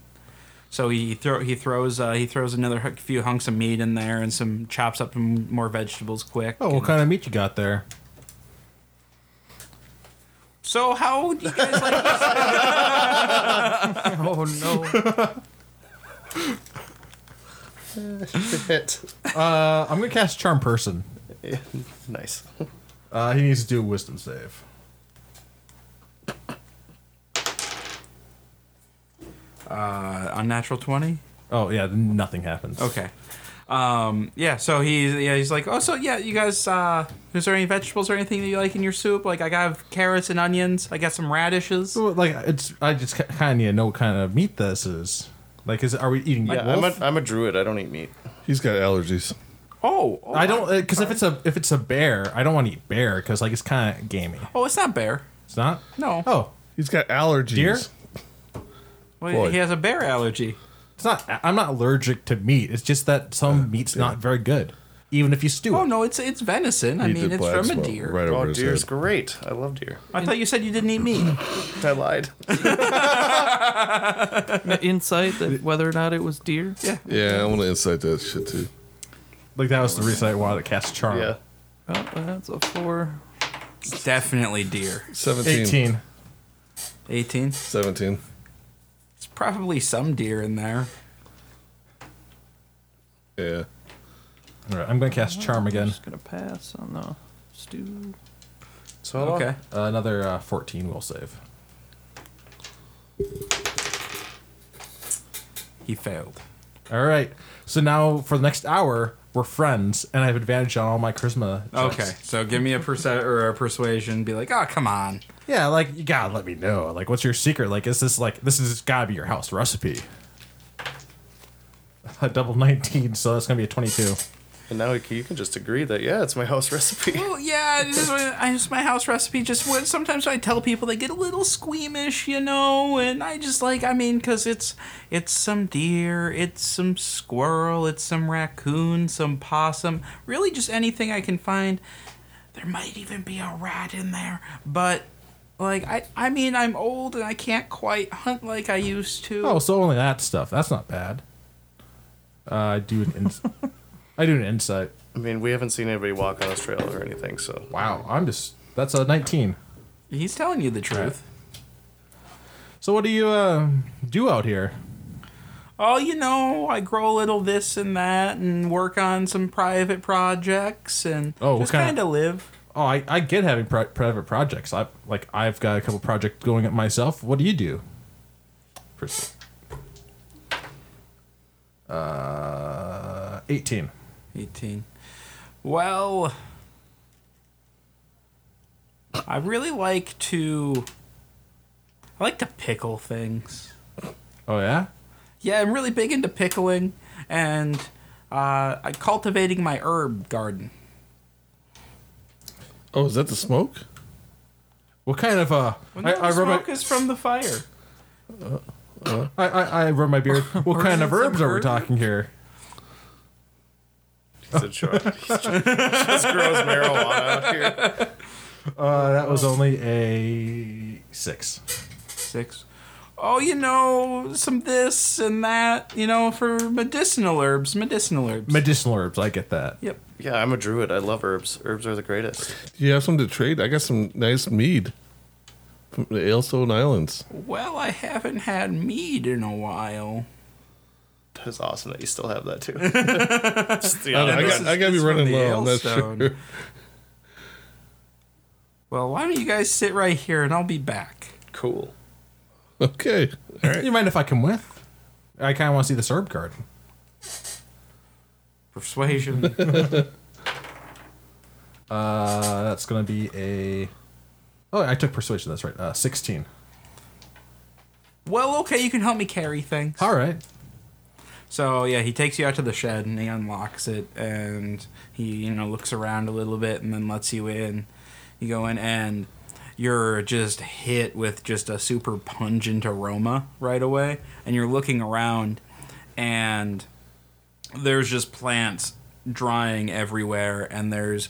So he throw he throws uh, he throws another hu- few hunks of meat in there and some chops up some more vegetables quick.
Oh, what kind of meat you got there?
So how do you guys like this?
Oh no.
Hit.
Uh, I'm gonna cast charm person.
Yeah, nice.
Uh, he needs to do a wisdom save.
uh, unnatural twenty?
Oh yeah, then nothing happens.
Okay. Um, yeah, so he's yeah, he's like, Oh so yeah, you guys uh is there any vegetables or anything that you like in your soup? Like I got carrots and onions, I got some radishes.
So, like it's, I just kind of need to know what kind of meat this is. Like, is it, are we eating?
Yeah, I'm
wolf?
a, I'm a druid. I don't eat meat.
He's got allergies.
Oh, oh
I don't because if it's a if it's a bear, I don't want to eat bear because like it's kind of gamey.
Oh, it's not bear.
It's not.
No.
Oh,
He's got allergies.
Deer?
Well,
boy.
he has a bear allergy.
it's not. I'm not allergic to meat. It's just that some meat's not very good, even if you stew.
Oh
it.
no, it's it's venison. I
He
mean
did
it's
black
from a
smoke
deer.
Right over
Oh,
his
deer's
head.
great. I love deer.
I thought you said you didn't eat meat.
I lied.
Insight that whether or not it was deer.
yeah.
Yeah, I want to incite that shit too.
Like that was the reason I wanted to cast
Uh-huh.
charm.
yeah.
Oh, that's a four.
It's definitely deer.
17.
18.
Eighteen?
17.
It's probably some deer in there.
Yeah.
All right, I'm gonna cast charm
I'm
again.
just gonna pass on the stew.
So how long-
Okay.
Uh, another uh, 14 will save.
He failed.
All right. So now for the next hour, we're friends, and I have advantage on all my charisma. checks.
Okay. So give me a perce- or a persuasion, be like, oh come on.
Yeah, like you gotta let me know. Like, what's your secret? Like, is this like this is gotta be your house recipe? A double 19, so that's gonna be a 22.
And now we can- you can just agree that yeah, it's my house recipe.
Well, Oh, yeah, it is, I just my house recipe. Just when sometimes I tell people they get a little squeamish, you know, and I just like I mean, cause it's it's some deer, it's some squirrel, it's some raccoon, some possum, really just anything I can find. There might even be a rat in there, but like I I mean I'm old and I can't quite hunt like I used to.
Oh, so only that stuff. That's not bad. Uh, I do an ins- I do an insight.
I mean, we haven't seen anybody walk on this trail or anything, so
Wow, I'm just that's a 19.
He's telling you the truth.
So what do you uh, do out here?
Oh, you know, I grow a little this and that and work on some private projects and
Oh, what
just
kinda-
kind of live.
Oh, I, I get having pri- private projects. I like I've got a couple projects going up myself. What do you do? Pers- uh, 18.
18. Well, I really like to. I like to pickle things.
Oh yeah.
Yeah, I'm really big into pickling and uh, I'm cultivating my herb garden.
Oh, is that the smoke?
What kind of uh?
Well,
I,
no,
I
the
rub my
smoke is from the fire.
I, I, I rub my beard. What kind of
Some
herbs are we
herb?
talking here?
he's a sure. He just, just grows marijuana out here.
Uh, that was only a six.
Six. Oh, you know, some this and that, you know, for medicinal herbs. Medicinal herbs.
Medicinal herbs. I get that.
yep.
Yeah, I'm a druid. I love herbs. Herbs are the greatest.
Do you have some to trade? I got some nice mead from the Ailstone Islands.
Well, I haven't had mead in a while.
That is awesome that you still have that too. Oh,
I, don't know, I got, I got to
It's
be
from
running
the
low on that.
Yellowstone.
Sure.
Well, why don't you guys sit right here and I'll be back?
cool.
Okay. All right.
You mind if I come with? I kind of want to see this herb garden.
Persuasion.
Uh, that's gonna be a. Oh, I took persuasion. That's right. Uh, sixteen.
well, okay, you can help me carry things.
All right.
So yeah, he takes you out to the shed and he unlocks it and he you know looks around a little bit and then lets you in. You go in and you're just hit with just a super pungent aroma right away and you're looking around and there's just plants drying everywhere and there's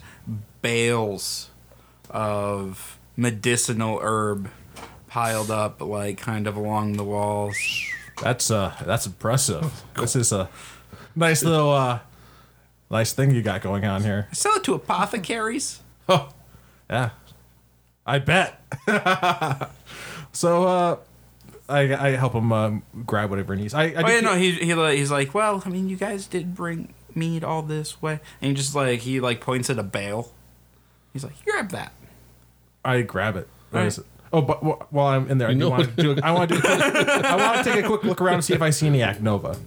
bales of medicinal herb piled up like kind of along the walls.
That's uh, that's impressive. This is a nice little uh, nice thing you got going on here.
Sell it to apothecaries.
Oh, yeah. I bet. so, uh, I, I help him um, grab whatever he needs. I, I
Oh
do
yeah,
keep-
no, he, he li- he's like, well, I mean, you guys did bring mead all this way, and he just like he like points at a bale. He's like, grab that.
I grab it. Where
Alright.
is it? Oh, but wh- while I'm in there, I do
know
want to do. A, I want to do. A quick, I want to take a quick look around and see if I see any Acnova.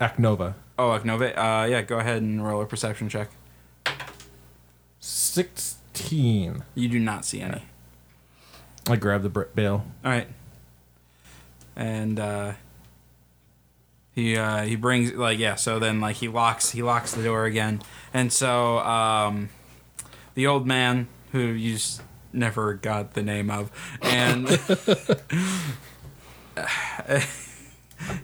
Acnova.
Oh, Aknova, uh, yeah, go ahead and roll a perception check.
Sixteen.
You do not see any.
I grab the br- bale.
All right. And uh, he uh, he brings like yeah. So then like he locks he locks the door again, and so um, the old man who you s- never got the name of, and and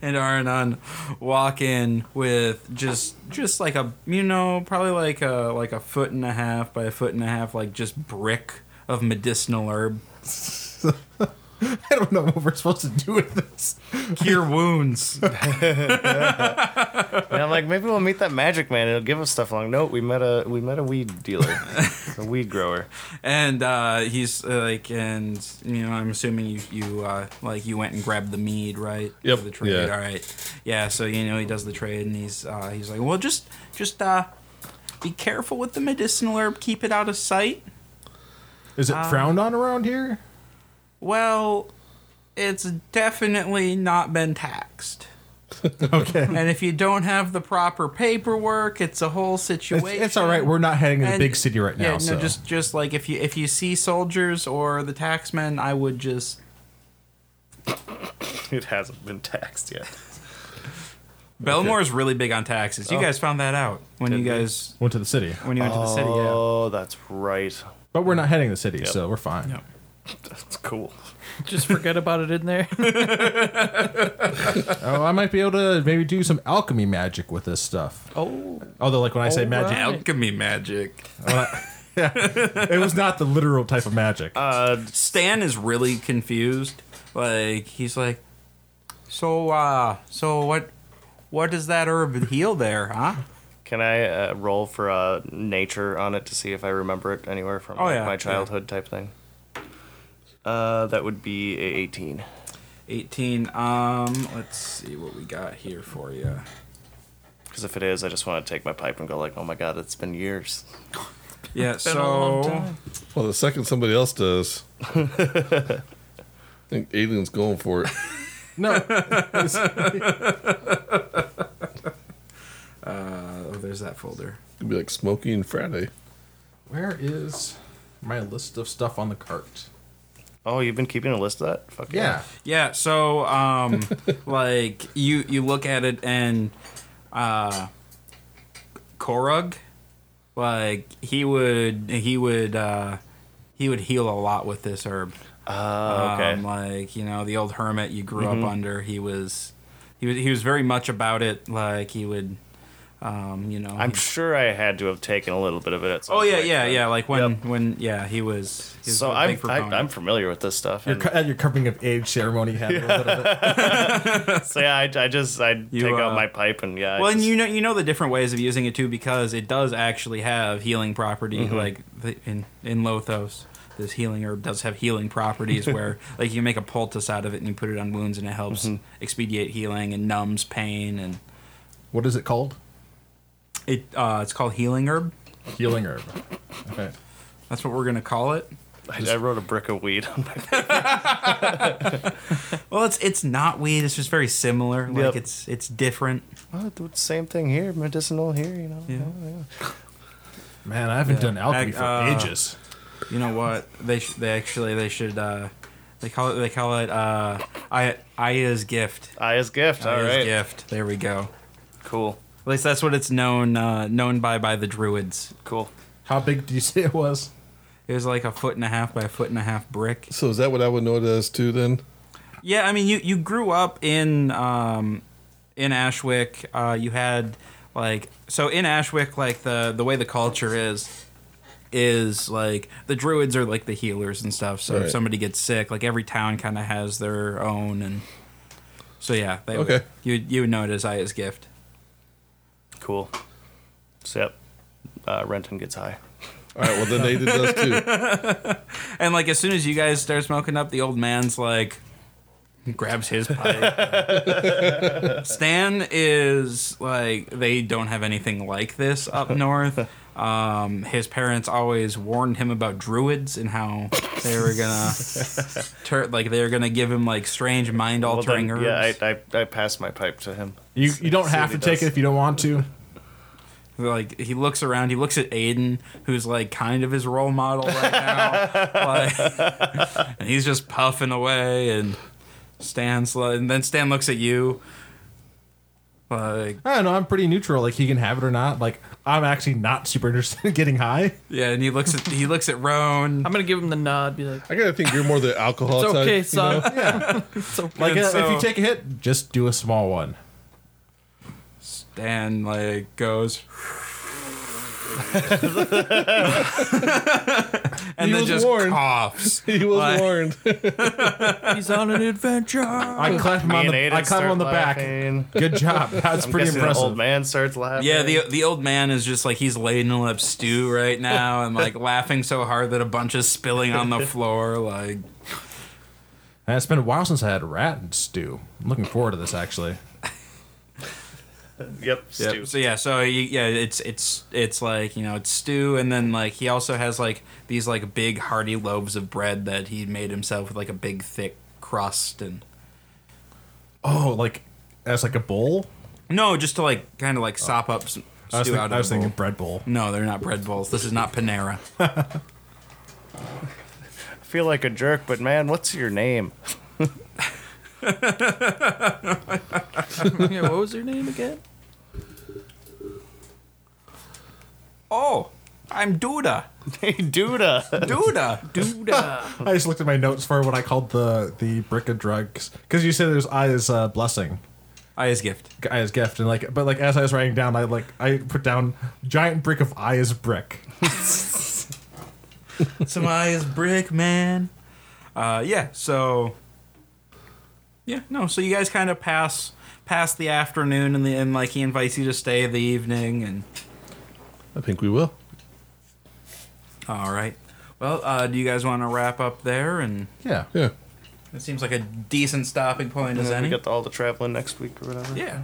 Aranon walk in with just just like a you know probably like a like a foot and a half by a foot and a half like just brick of medicinal herb.
I don't know what we're supposed to do with this.
Cure wounds.
And I'm like, maybe we'll meet that magic man. and He'll give us stuff. Along. No, we met a we met a weed dealer, a weed grower.
and uh, he's uh, like, and you know, I'm assuming you you uh, like you went and grabbed the mead, right?
Yep,
For the trade.
yeah.
All right. Yeah. So you know he does the trade, and he's uh, he's like, well, just just uh, be careful with the medicinal herb. Keep it out of sight.
Is it
Uh,
frowned on around here?
Well, it's definitely not been taxed.
Okay.
And if you don't have the proper paperwork, it's a whole
It's,
situation.
it's all right. We're not heading to the
And-
big city right now.
Yeah, no,
so
just just like if you if you see soldiers or the taxmen, I would just
It hasn't been taxed yet.
Belmore's really big on taxes.
Oh.
You guys found that out when you guys
went to the city,
when you went to the city. Yeah.
Oh, that's right.
but we're not heading to the city, so we're fine.
Yep.
That's cool.
Just forget about it in there.
Oh, I might be able to maybe do some alchemy magic with this stuff.
oh,
Although, like when I say magic,
Alright.
Alchemy magic.
it was not the literal type of magic.
Uh,
Stan is really confused. Like he's like, so uh, so what, what does that herb heal there, huh?
Can I uh, roll for uh, nature on it to see if I remember it anywhere from
Oh,
like,
yeah,
my
yeah.
childhood type thing? Uh, that would be a 18.
18. Um, let's see what we got here for you.
Because if it is, I just want to take my pipe and go like, oh my god, it's been years.
Yeah,
Been a long
so
time.
Well, the second somebody else does, I think Alien's going for it.
No,
uh, oh, there's that folder.
It'd be like Smokey and Friday.
where is my list of stuff on the cart?
Oh, you've been keeping a list of that? Fuck
Yeah,
Yeah, so um, like you you look at it and uh, Korug, like he would he would uh, he would heal a lot with this herb.
Oh, okay.
Um,
Mm-hmm.
like you know, the old hermit you grew up under. He was, he was, he was very much about it. Like he would, um, you know.
I'm
he-
sure I had to have taken a little bit of it at some
oh yeah,
point,
yeah,
but-
yeah. Like when,
Yep.
when, yeah, he was. He was
So
a
I'm,
big
I,
proponent.
I'm familiar with this stuff.
your
and-
cu- at your coming of age ceremony. you Had a little bit of it.
so yeah, I, I just I
You,
take
uh,
out my pipe and yeah. I
Well, and
just-
you know, you know the different ways of using it too, because it does actually have healing property. Like the, in in Lothos, this healing herb does have healing properties, where like you make a poultice out of it and you put it on wounds, and it helps expedite healing and numbs pain. And
What is it called?
it uh, it's called healing herb.
Healing herb. Okay.
That's what we're gonna call it.
I, I wrote a brick of weed on my
Well, it's it's not weed. It's just very similar. Like
Yep.
it's it's different.
Well, do the same thing here, medicinal here, you know.
Yeah.
Man, I haven't done alchemy
Ag-
for
uh,
ages.
You know what? They sh- they actually they should uh, they call it they call it uh, I- Aya's gift.
Aya's gift. All
Aya's
right.
gift. There we go.
Cool.
At least that's what it's known uh, known by by the druids.
Cool.
How big do you say it was?
It was like a foot and a half by a foot and a half brick.
So is that what I would know it as too? Then
Yeah, I mean you you grew up in um, in Ashwick. Uh, you had like so in Ashwick like the the way the culture is is like the druids are like the healers and stuff. So if
Right.
somebody gets sick, like every town kind of has their own and so yeah. They
Okay.
you you would know it as Aya's gift.
Cool. So yep. Uh, Renton gets high.
all right. Well, then Nathan does too.
And like as soon as you guys start smoking up, the old man's like grabs his pipe. Stan is like they don't have anything like this up north. Um, his parents always warned him about druids and how they were gonna tur- like they were gonna give him like strange mind
Well, then,
altering herbs.
yeah, I, I I passed my pipe to him.
You you don't
See
have
if he
to take
does.
it if you don't want to.
like he looks around, he looks at Aiden, who's like kind of his role model right now, like, and he's just puffing away, and Stan's like, and then Stan looks at you, like,
I don't know. I'm pretty neutral. Like he can have it or not. Like I'm actually not super interested in getting high.
yeah, and he looks at he looks at Roan.
I'm gonna give him the nod. Be like,
I gotta think you're more the alcohol
it's
type.
okay,
uh, you
son.
know?
Yeah.
It's okay.
Like
And
uh, if
so-
you take a hit, just do a small one.
Stan like goes. and
He
then
was
just
warned.
coughs.
He was
Like-
warned.
He's on an adventure.
I clap him
Me
on
and
the
Aiden
I clap him on the
start
back.
laughing.
Good job. That's
I'm
pretty
guessing the old
impressive.
man starts laughing.
Yeah, the the old man is just like he's ladling up stew right now and like laughing so hard that a bunch is spilling on the floor. Like,
And it's been a while since I had rat stew. I'm looking forward to this actually.
yep. Stew.
so yeah, so you, yeah, it's it's it's like you know it's stew, and then like he also has like these like big hearty loaves of bread that he made himself with like a big thick crust and
Oh, like as like a bowl.
no, just to like kind of like sop up some stew
Oh. I was, thinking,
out of
I was
the
thinking
bowl.
bread bowl.
No, they're not bread bowls. This is not Panera.
I feel like a jerk, but man, what's your name?
yeah, what was her name again?
oh, I'm Duda.
hey, Duda.
Duda.
Duda.
I just looked at my notes for what I called the the brick of drugs because you said there's I as uh, blessing.
Aya's gift.
I as gift and like but like as I was writing down I like I put down giant brick of I as brick.
Some eyes brick, man. Uh, yeah, so yeah, no, so you guys kind of pass past the afternoon, and, the, and like he invites you to stay the evening, and
I think we will.
all right. Well, uh, do you guys want to wrap up there? And
Yeah.
Yeah.
it seems like a decent stopping point as
And then
any.
we got all the traveling next week or whatever.
yeah.